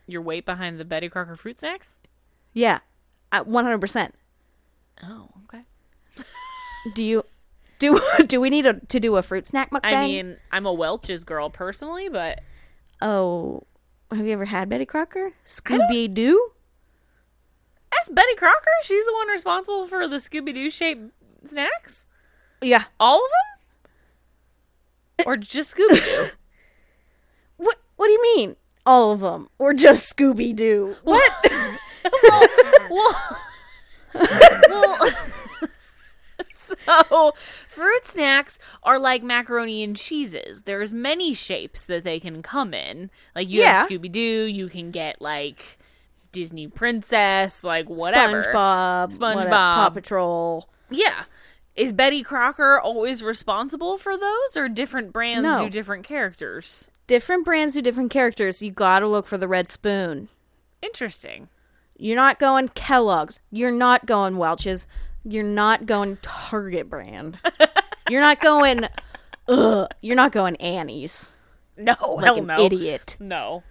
your weight behind the Betty Crocker fruit snacks?
Yeah, at 100%.
Oh, okay.
Do you do do we need a, to do a fruit snack mukbang?
I mean, I'm a Welch's girl personally, but
oh, have you ever had Betty Crocker? Scooby Doo?
that's Betty Crocker. She's the one responsible for the Scooby Doo shaped snacks.
Yeah.
All of them, or just Scooby Doo?
What what do you mean? All of them or just Scooby Doo? What?
well, well so fruit snacks are like macaroni and cheeses. There's many shapes that they can come in. Like you have
Yeah.
Scooby Doo, you can get like Disney Princess, like whatever.
SpongeBob,
SpongeBob.
whatever, Paw Patrol.
Yeah. Is Betty Crocker always responsible for those, or different brands
No.
do different characters?
Different brands do different characters. You gotta look for the red spoon.
Interesting.
You're not going Kellogg's. You're not going Welch's. You're not going Target brand. you're not going. Ugh. You're not going Annie's.
No,
Like an idiot.
No.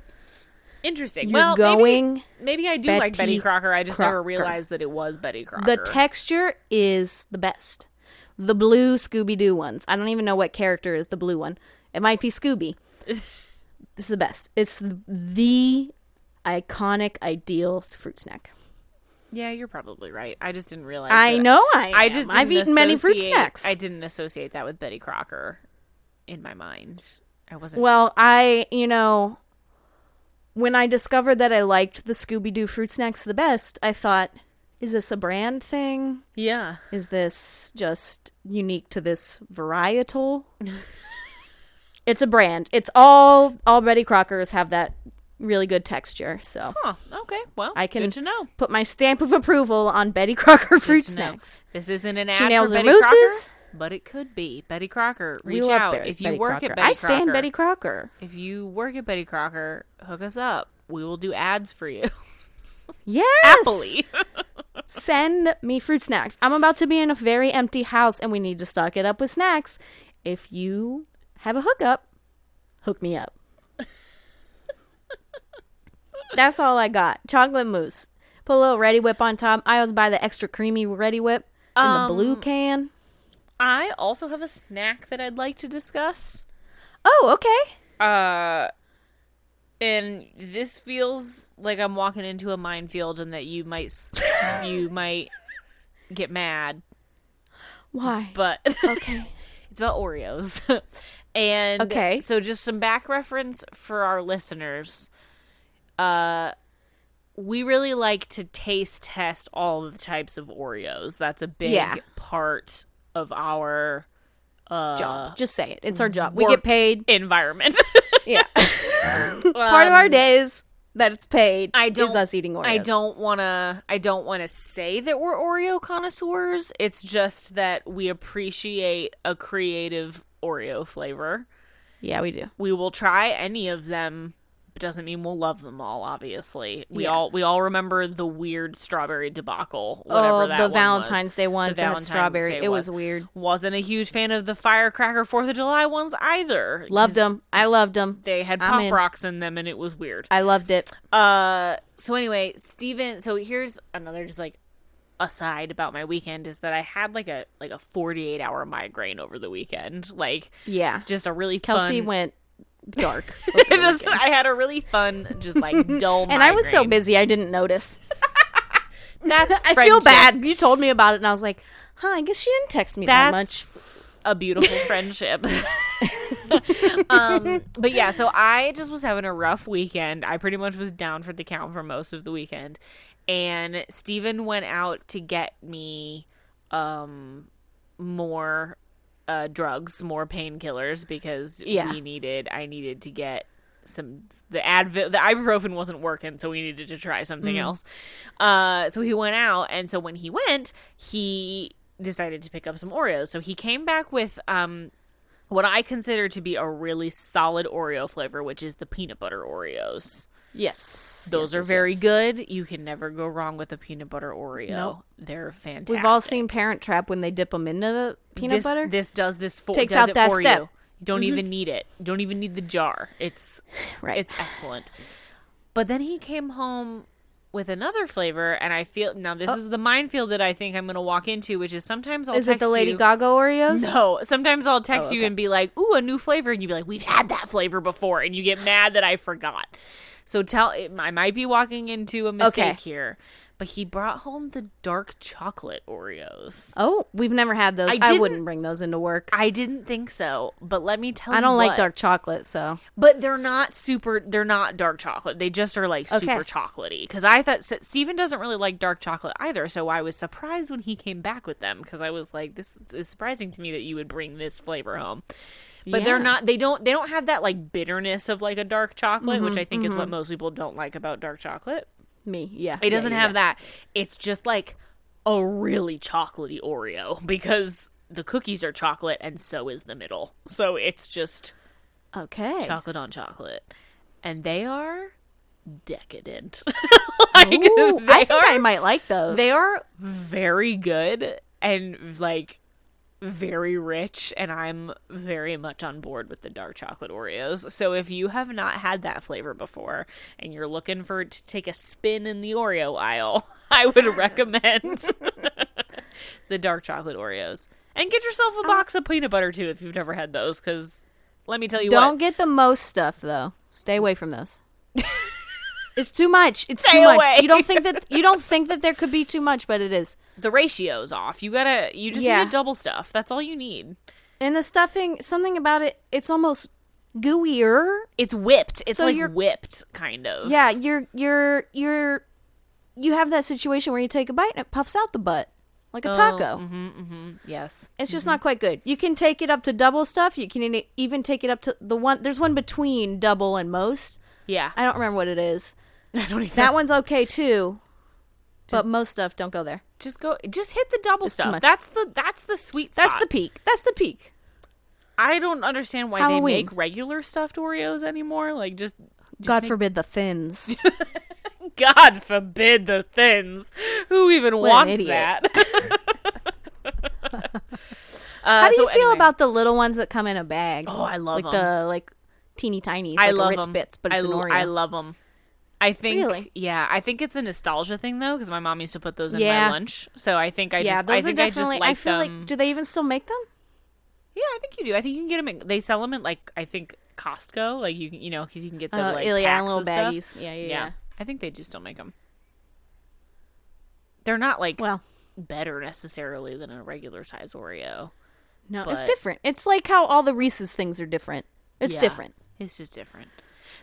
Interesting.
You're
well, maybe-
going.
Maybe I do like Betty
Betty
Crocker. I just never
Crocker.
realized that it was Betty Crocker.
The texture is the best. The blue Scooby Doo ones. I don't even know what character is the blue one. It might be Scooby. It's the best. It's the, the iconic, ideal fruit snack.
yeah, you're probably right. I just didn't realize.
I
that.
know I.
I
am.
just.
I've
didn't
eaten many fruit
associate-
snacks.
I didn't associate that with Betty Crocker in my mind. I wasn't.
Well, I, you know, when I discovered that I liked the Scooby Doo fruit snacks the best, I thought, is this a brand thing?
yeah.
Is this just unique to this varietal? it's a brand. It's all all Betty Crockers have that really good texture. So
Huh. Okay. Well,
I can
good to know.
put my stamp of approval on Betty Crocker fruit
To know.
snacks.
This isn't an ad
nails
for
her
Betty
mooses.
Crocker, but it could be Betty Crocker.
We
Reach
love
out
Betty-
if you
Betty
work
Crocker.
at Betty
I stand
Crocker.
Betty Crocker.
If you work at Betty Crocker, hook us up. We will do ads for you.
Yes.
Happily.
send me fruit snacks. I'm about to be in a very empty house and we need to stock it up with snacks. If you have a hookup, hook me up. That's all I got. Chocolate mousse. Put a little ready whip on top. I always buy the extra creamy ready whip in the blue
Um,
can.
I also have a snack that I'd like to discuss.
Oh, okay.
Uh, and this feels like I'm walking into a minefield, and that you might s- you might get mad,
Why?
but
okay.
it's about Oreos. and
Okay.
so just some back reference for our listeners. Uh, we really like to taste test all of the types of Oreos. That's a big
Yeah.
part of our
job. Just say it. It's our job. We
uh, work
get paid.
environment.
Yeah. Part of our days that it's paid
Um, I don't-
is us eating Oreos.
I don't want to. I don't want to say that we're Oreo connoisseurs. It's just that we appreciate a creative Oreo flavor.
Yeah, we do.
We will try any of them. It doesn't mean we'll love them all. Obviously, we
Yeah.
all we all remember the weird strawberry debacle. Whatever
oh,
that
the
one
Valentine's Day ones and the
Valentine's
strawberry.
Day
It was
one.
weird.
was. wasn't a huge fan of the firecracker Fourth of July ones either.
Loved them. I loved them.
They had
I'm
pop
in.
rocks in them, and it was weird.
I loved it.
Uh, so anyway, Steven, so here's another just like aside about my weekend is that I had like a like a 48 hour migraine over the weekend. Like
Yeah.
just a really
Kelsey
fun
went dark.
It just I had a really fun, just like dull.
and I was so
migraine.
busy I didn't notice.
That's
I feel
friendship.
bad. You told me about it and I was like, huh, I guess she didn't text me that much.
That's a beautiful friendship. um, but yeah, so I just was having a rough weekend. I pretty much was down for the count for most of the weekend. And Steven went out to get me um, more uh, drugs, more painkillers because
Yeah.
we needed I needed to get some the Advil the ibuprofen wasn't working, so we needed to try something
Mm.
else. Uh, so he went out, and so when he went, he decided to pick up some Oreos. So he came back with um. What I consider to be a really solid Oreo flavor, which is the peanut butter Oreos.
Yes.
Those
Yes,
are
yes,
very
yes.
good. You can never go wrong with a peanut butter Oreo.
Nope.
They're fantastic.
We've all seen Parent Trap when they dip them into the peanut
this,
butter.
This does this for
Takes
does
out
it
that
for
step. Mm-hmm.
you. You don't even need it. You don't even need the jar. It's
Right.
It's excellent. But then he came home with another flavor, and I feel now this is the minefield that I think I'm going to walk into, which is sometimes I'll
Oh. Is it
text
the Lady
you,
Gaga Oreos?
No, sometimes I'll text you
okay.
and be like, "Ooh, a new flavor," and you be like, "We've had that flavor before," and you get mad that I forgot. So tell I might be walking into a mistake
Okay.
here, but he brought home the dark chocolate Oreos.
Oh, we've never had those.
I
I,
didn't-
wouldn't bring those into work.
I didn't think so, but let me tell
I
you,
don't like
what.
dark chocolate, so
But they're not super. They're not dark chocolate. They just are like
Okay.
super chocolatey. Because I thought S- Steven doesn't really like dark chocolate either, so I was surprised when he came back with them. Because I was like, this is surprising to me that you would bring this flavor home. But they're
Yeah.
not. They don't. They don't have that like bitterness of like a dark chocolate, which
Mm-hmm,
I think is what most people don't like about dark chocolate.
me, yeah.
It doesn't have that. It's just like a really chocolatey Oreo because the cookies are chocolate and so is the middle. So it's just
that. Okay.
chocolate on chocolate, and they are decadent. like,
Ooh,
they
I think
are
I might like those.
they are very good and like very rich, and I'm very much on board with the dark chocolate Oreos. So if you have not had that flavor before and you're looking for to take a spin in the Oreo aisle, I would recommend the dark chocolate Oreos. And get yourself
Uh,
a box of peanut butter too if you've never had those, because let me tell you
Don't
what.
get the most stuff though. Stay away from those. it's too much. It's
Stay
too much.
away.
You don't think that you don't think that there could be too much, but it is.
the ratio's off. You gotta you just
Yeah.
need to double stuff. That's all you need.
And the stuffing, something about it, it's almost gooier.
It's whipped. It's
So
like
you're-
whipped kind of.
Yeah, you're you're you're you have that situation where you take a bite and it puffs out the butt like
Oh,
a taco.
mm-hmm, Yes.
It's just not quite good. You can take it up to double stuff. You can e- even take it up to the one. There's one between double and most.
Yeah.
I don't remember what it is.
I don't even
That one's okay too, but most stuff don't go there.
just go just hit the double
too
stuff.
much.
That's the that's the sweet spot.
That's the peak. That's the peak.
I don't understand why
Halloween.
they make regular stuffed Oreos anymore. Like just
God forbid the thins.
God forbid the thins. Who even
an
wants
idiot.
that? Uh,
How do
so
you feel
anyway.
about the little ones that come in a bag?
Oh, I love
like
'em.
the like teeny tiny.
I
like
love
a Ritz
them.
bits, but it's
I,
an
l-
Oreo.
I love them. I think,
Really?
yeah, I think it's a nostalgia thing though, because my mom used to put those in
Yeah.
my lunch. So I think I
yeah,
just,
those
I think
are
I just
definitely.
like
I feel
them.
like. Do they even still make them?
yeah, I think you do. I think you can get them. In, they sell them at like I think Costco. Like you, can- you know, because you can get them
Oh,
like
yeah,
packs
little
and stuff.
baggies. Yeah, yeah,
Yeah.
yeah.
I think they do still make them. They're not like
Well,
better necessarily than a regular size Oreo.
no, it's
but-
different. It's like how all the Reese's things are different. It's
Yeah.
different.
It's just different.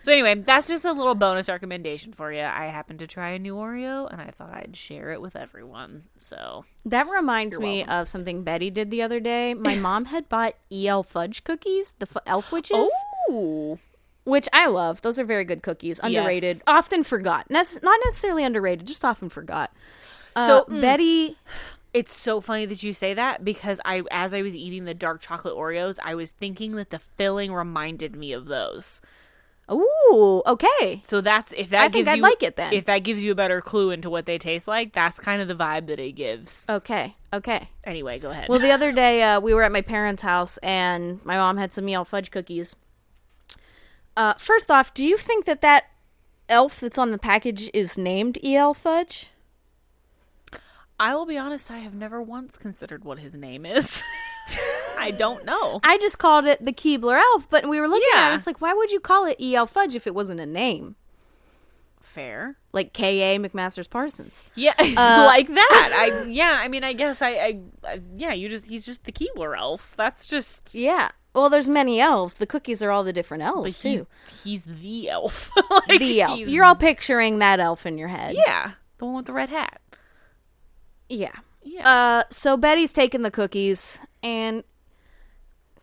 So anyway, that's just a little bonus recommendation for you. I happened to try a new Oreo and I thought I'd share it with everyone. So
That reminds
You're
me
welcome.
of something Betty did the other day. My mom had bought EL fudge cookies, the f- elf witches,
oh,
which I love. Those are very good cookies. Underrated,
Yes.
often forgot. Nece- not necessarily underrated, just often forgot.
So,
so
mm.
Betty,
it's so funny that you say that because I, as I was eating the dark chocolate Oreos, I was thinking that the filling reminded me of those.
ooh, okay,
So that's if that
I think
gives
I'd
you
like it then.
If that gives you a better clue into what they taste like, that's kind of the vibe that it gives.
okay, okay.
Anyway, go ahead.
Well, the other day uh, we were at my parents' house, and my mom had some EL fudge cookies. Uh, first off, do you think that that elf that's on the package is named EL fudge?
I will be honest, I have never once considered what his name is. I don't know.
I just called it the Keebler Elf, but we were looking at
Yeah.
it. It's like, why would you call it E.L. Fudge if it wasn't a name?
Fair.
Like K.A. McMaster's Parsons.
Yeah,
Uh,
like that. I yeah. I mean, I guess I, I, I yeah. You just he's just the Keebler elf. That's just
Yeah. Well, there's many elves. The cookies are all the different
but
elves,
he's
too.
he's the elf. Like,
The elf.
he's-
You're all picturing that elf in your head.
yeah, the one with the red hat.
Yeah.
Yeah.
Uh, so Betty's taking the cookies and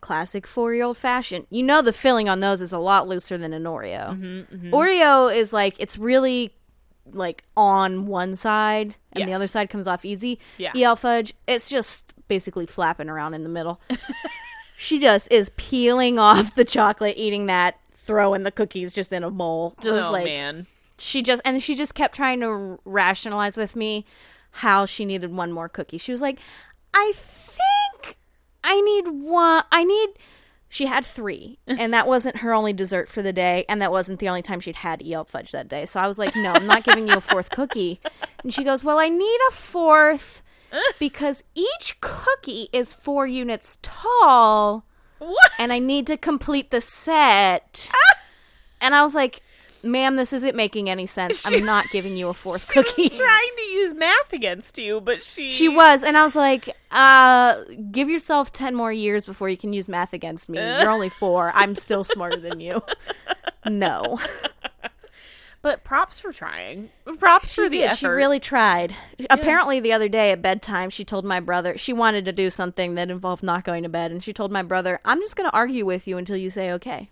classic four year old fashion. You know the filling on those is a lot looser than an Oreo.
Mm-hmm,
Oreo is like it's really like on one side and the
Yes.
other side comes off easy.
Yeah.
EL fudge, it's just basically flapping around in the middle. she just is peeling off the chocolate, eating that, throwing the cookies just in a bowl. Just
oh
like
man.
she just and she just kept trying to rationalize with me how she needed one more cookie. She was like, "I think I need one. I need." She had three, and that wasn't her only dessert for the day, and that wasn't the only time she'd had EL fudge that day. So I was like, "No, I'm not giving you a fourth cookie." And she goes, "Well, I need a fourth because each cookie is four units tall."
What?
and I need to complete the set. and I was like, ma'am, this isn't making any sense. I'm not giving you a fourth
she was
cookie.
trying to use math against you, but she
She was, and I was like, uh, give yourself 10 more years before you can use math against me. You're only four. I'm still smarter than you. No.
But props for trying. Props for the
did.
effort.
She really tried. Apparently, the other day at bedtime, she told my brother she wanted to do something that involved not going to bed, and she told my brother, "I'm just going to argue with you until you say okay."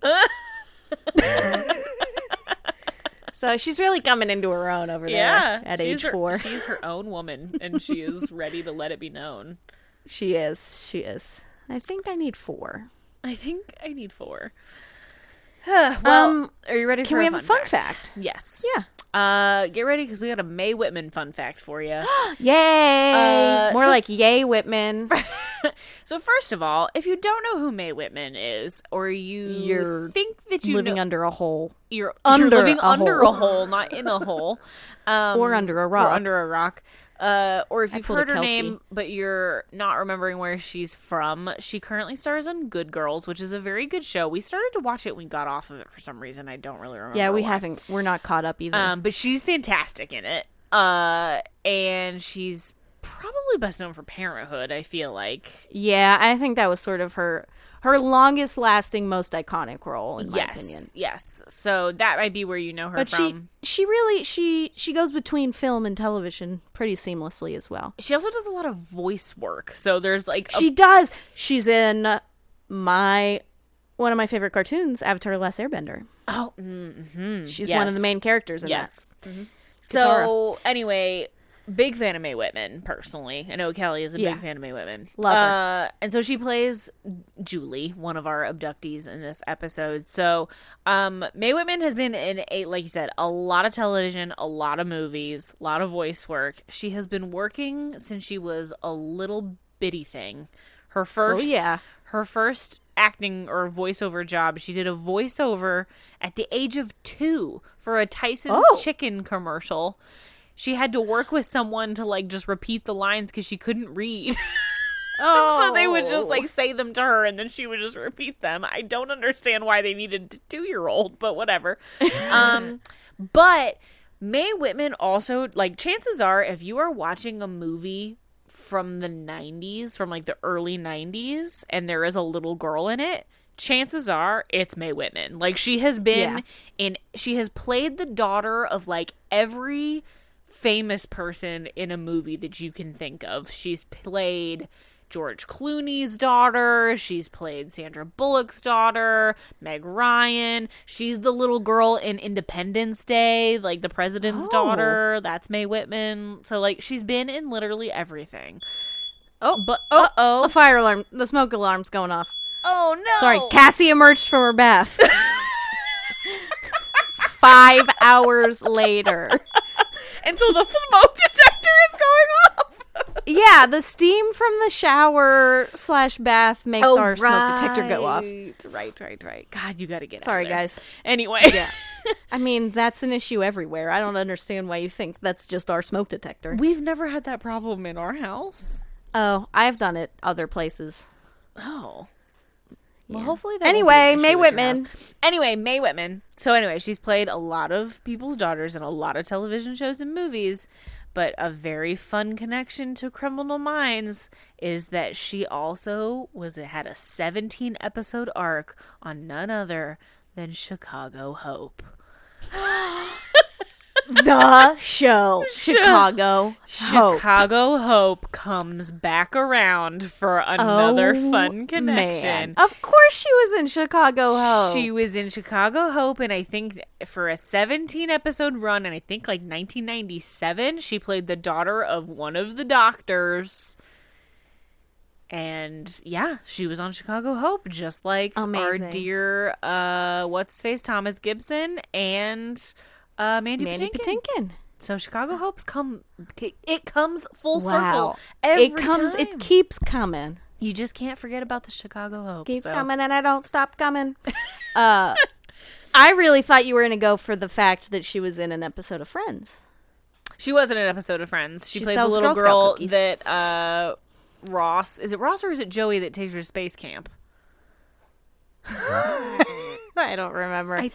so she's really coming into her own over
yeah.
there at
she's
age
her-
four.
she's her own woman, and she is ready to let it be known.
She is. She is. I think I need four.
I think I need four.
um,
are you ready?
can we have a fun fact?
Yes.
Yeah.
Uh, get ready because we got a May Whitman fun fact for you.
Yay!
Uh,
More
so-
like yay, Whitman.
so first of all, if you don't know who May Whitman is, or you
You're
think that you
living
know,
under a hole.
you're,
under
you're living
a
under
hole.
a hole, not in a hole, um,
Or under a rock.
or under a rock. Uh, or if you've
pulled a
heard her
Kelsey.
name but you're not remembering where she's from, she currently stars on Good Girls, which is a very good show. We started to watch it, we got off of it for some reason. I don't really remember.
Yeah, we
why.
haven't. We're not caught up either.
Um, but she's fantastic in it. Uh, and she's probably best known for Parenthood. I feel like
Yeah, I think that was sort of her her longest lasting, most iconic role in my
yes,
opinion.
yes. So that might be where you know her
But
from.
she she really she she goes between film and television pretty seamlessly as well.
She, also does a lot of voice work. So there's like a,
She does. She's in my one of my favorite cartoons, Avatar: The Last Airbender.
oh mm-hmm,
She's one of the main characters in Mm-hmm.
yes.
Katara.
So anyway. Big fan of Mae Whitman, personally. I know Kelly is a
Yeah.
big fan of Mae Whitman.
Love
Uh, and so she plays Julie, one of our abductees in this episode. So um, Mae Whitman has been in a, like you said, a lot of television, a lot of movies, a lot of voice work. She has been working since she was a little bitty thing. Her first,
Oh, yeah.
her first acting or voiceover job. She did a voiceover at the age of two for a Tyson's
Oh.
chicken commercial. She had to work with someone to like just repeat the lines because she couldn't read.
that. Oh,
so they would just like say them to her and then she would just repeat them. I don't understand why they needed a two year old, but whatever. um, but Mae Whitman also, like, chances are if you are watching a movie from the 90s, from like the early 90s, and there is a little girl in it. Chances are it's Mae Whitman. Like she has been
Yeah.
in she has played the daughter of like every famous person in a movie that you can think of. She's played George Clooney's daughter, she's played Sandra Bullock's daughter, Meg Ryan. She's the little girl in Independence Day, like the president's
Oh.
daughter. That's Mae Whitman. So like she's been in literally everything.
Oh,
But uh
the
oh.
fire alarm, the smoke alarm's going off.
Oh no.
Sorry, Cassie emerged from her bath. Five hours later.
And so the smoke detector is going off.
Yeah, the steam from the shower slash bath makes our smoke detector go off.
Oh, Right, Right, right, right. God, you got to get out
Sorry,
of there.
guys.
Anyway.
Yeah. I mean, that's an issue everywhere. I don't understand why you think that's just our smoke detector.
We've never had that problem in our house.
Oh, I've done it other places.
Oh.
Yeah.
Well, hopefully. That won't be
Anyway,
an issue
Mae
at your
Whitman.
house. Anyway, Mae Whitman. So anyway, she's played a lot of people's daughters in a lot of television shows and movies, but a very fun connection to Criminal Minds is that she also was had a 17 episode arc on none other than Chicago Hope.
the show Chicago Hope.
Chicago Hope comes back around for another fun
Oh, Man.
connection.
Of course, she was in Chicago Hope.
She was in Chicago Hope, and I think for a 17 episode run, and I think like 1997, she played the daughter of one of the doctors. And yeah, she was on Chicago Hope, just like
Amazing.
our dear, uh, what's face Thomas Gibson and uh, Mandy,
Mandy
Patinkin.
Patinkin.
So Chicago Hope's come, it comes full
Wow.
circle. Every
it comes.
time.
It keeps coming.
you just can't forget about the Chicago Hope.
Keeps
so.
coming, and I don't stop coming. uh, I really thought you were gonna go for the fact that she was in an episode of Friends.
She was in an episode of Friends. She,
She
played the
sells
little
Girl Scout
girl
cookies.
that uh, Ross is it Ross or is it Joey that takes her to space camp?
I don't remember.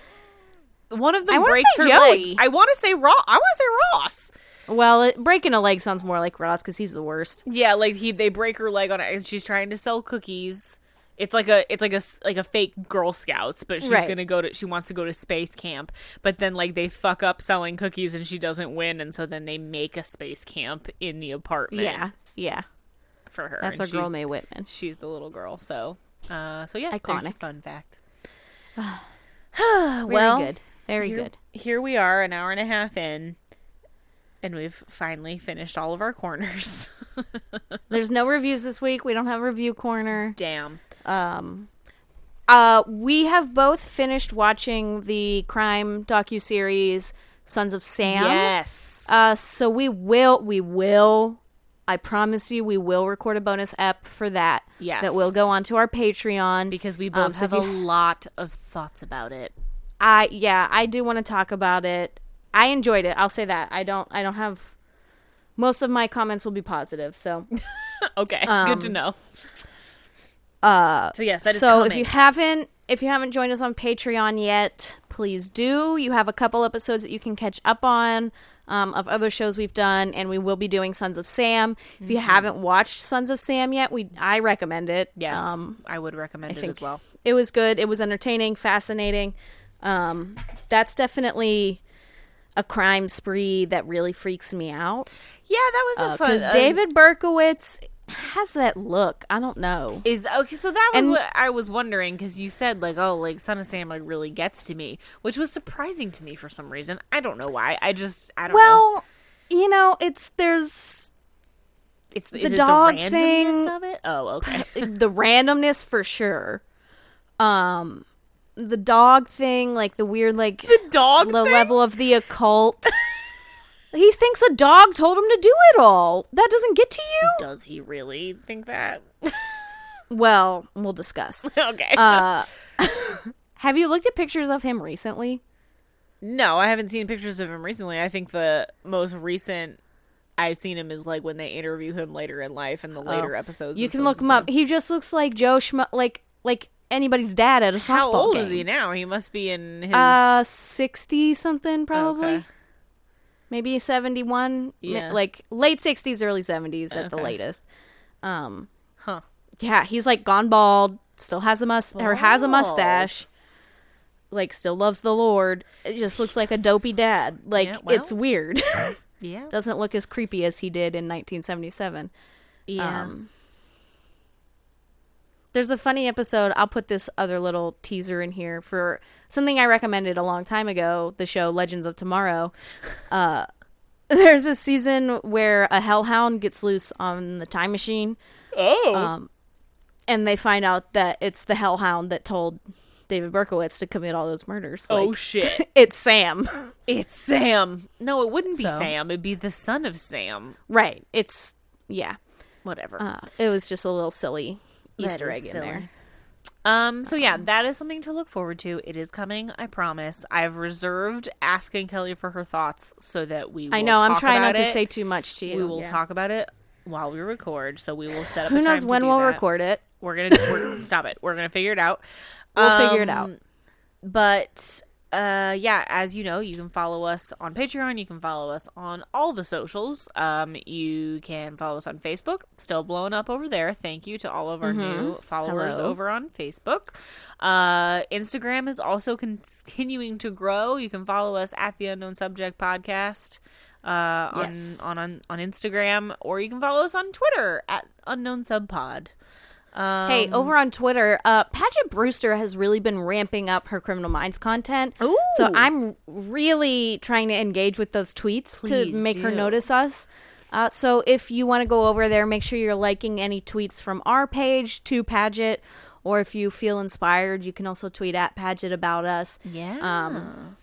One of
I
them
wanna
breaks
say
her
Joey.
leg. I want to say Ross. I want to say Ross.
well, it, breaking a leg sounds more like Ross because he's the worst.
Yeah, like he they break her leg on it, and she's trying to sell cookies. It's like a it's like a s- like a fake Girl Scouts, but she's
Right.
gonna go to she wants to go to space camp, but then like they fuck up selling cookies and she doesn't win, and so then they make a space camp in the apartment.
Yeah, yeah.
for her.
That's
and
our girl,
she's-
Mae Whitman.
she's the little girl. So, uh, so yeah, there's your
Iconic.
fun fact.
Very
Oh, well,
good. Very
here,
good.
Here we are, an hour and a half in, and we've finally finished all of our corners.
There's no reviews this week. We don't have review corner.
Damn.
Um, uh, we have both finished watching the crime docu series Sons of Sam.
Yes.
Uh, so we will, we will, I promise you, we will record a bonus ep for that.
Yes.
That will go onto our Patreon
because we both
Um, so
have
if
a
you-
lot of thoughts about it.
I yeah, I do want to talk about it. I enjoyed it. I'll say that. I don't. I don't have. Most of my comments will be positive. So
Okay, good to know.
uh,
So yes, that is
so if
coming.
you haven't if you haven't joined us on patreon yet please do you have a couple episodes that you can catch up on um, of other shows we've done and we will be doing sons of sam if
Mm-hmm.
you haven't watched sons of sam yet we i recommend it
yes,
um,
I would recommend it
think
as well.
it was good it was entertaining fascinating um, that's definitely a crime spree that really freaks me out
Yeah, that was a fun. uh,
because david berkowitz has that look i don't know
Is okay, so that was
And-
what I was wondering because you said like, oh, like Son of Sam like really gets to me, which was surprising to me for some reason. I don't know why. I just I don't know.
well you know it's there's
It's
the dog
randomness
thing-
of it. Oh, okay.
the randomness for sure. Um, the dog thing, like the weird, like
the dog
the
thing?
level of the occult. he thinks a dog told him to do it all. That doesn't get to you.
Does he really think that?
Well, we'll discuss.
okay.
Uh, have you looked at pictures of him recently?
no, I haven't seen pictures of him recently. I think the most recent I've seen him is like when they interview him later in life in the later episodes.
Oh, You
of
can
Sons
look
of
him
Sam.
up. He just looks like Joe Schmo, like like anybody's dad at a softball
How old
game.
is he now? He must be in his
Uh, sixty something probably.
Oh, Okay.
maybe 71 mi-
Yeah.
like late 60s early 70s at the
Okay.
latest um
Huh.
yeah he's like gone bald still has a must or has a
Bald.
mustache like still loves the lord it just looks like a dopey dad like
Yeah, well.
it's weird
Yeah.
doesn't look as creepy as he did in 1977
Yeah.
um there's a funny episode. I'll put this other little teaser in here for something I recommended a long time ago, the show Legends of Tomorrow. Uh there's a season where a hellhound gets loose on the time machine Um,
oh.
and they find out that it's the hellhound that told David Berkowitz to commit all those murders.
oh
Like,
shit.
it's Sam.
It's Sam. No, it wouldn't be
So-
Sam. It'd be the son of Sam.
right. It's yeah.
Whatever.
Uh, it was just a little silly Easter
is
egg in
silly.
there.
um. So
uh-huh.
yeah, that is something to look forward to. It is coming. I promise. I've reserved asking Kelly for her thoughts so that we. Will
I know. I'm
talk
trying not
about
to
it.
say too much to you.
We will
Yeah.
talk about it while we record. So we will set up.
Who
a time
knows
to
when
do
we'll
that.
record it?
We're gonna we're, stop it. We're gonna figure it out.
We'll figure it out.
Um, But uh, yeah, as you know, you can follow us on Patreon. You can follow us on all the socials. Um, you can follow us on Facebook. Still blowing up over there. Thank you to all of our new followers
Mm-hmm. Hello.
over on Facebook. Uh, Instagram is also continuing to grow. You can follow us at the Unknown Subject Podcast uh, on,
Yes.
on on on Instagram, or you can follow us on Twitter at Unknown Sub Pod. Um,
Hey, over on Twitter, uh, Paget Brewster has really been ramping up her Criminal Minds content.
Ooh.
So I'm really trying to engage with those tweets
Please
to make her
do.
notice us. Uh, so if you want to go over there, make sure you're liking any tweets from our page to Paget, or if you feel inspired, you can also tweet at Paget about us.
yeah.
Um,
Ah.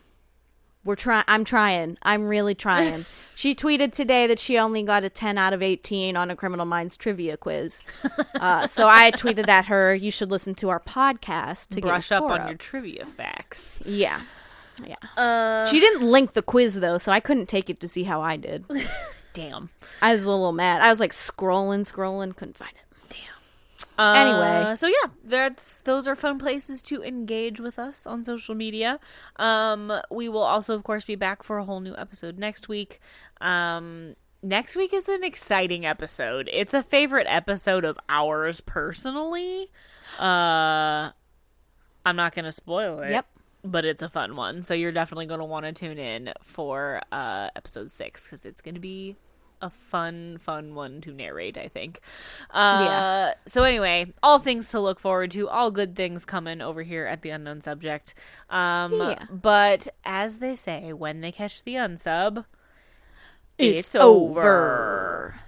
We're trying. I'm trying. I'm really trying. she tweeted today that she only got a 10 out of 18 on a Criminal Minds trivia quiz. Uh, so I tweeted at her. You should listen to our podcast to
brush
get
up
your score
on your trivia facts.
Yeah. Yeah.
Uh,
she didn't link the quiz though, so I couldn't take it to see how I did.
Damn.
I was a little mad. I was like scrolling, scrolling, couldn't find it.
Uh,
Anyway.
so yeah, that's those are fun places to engage with us on social media. Um, we will also, of course, be back for a whole new episode next week. Um, next week is an exciting episode. It's a favorite episode of ours personally. Uh, I'm not gonna spoil it.
Yep.
But it's a fun one, so you're definitely going to want to tune in for uh, episode six because it's going to be a fun, fun one to narrate. I think. Uh,
Yeah.
So anyway, all things to look forward to, all good things coming over here at the unknown subject. Um,
Yeah.
But as they say, when they catch the unsub,
It's over.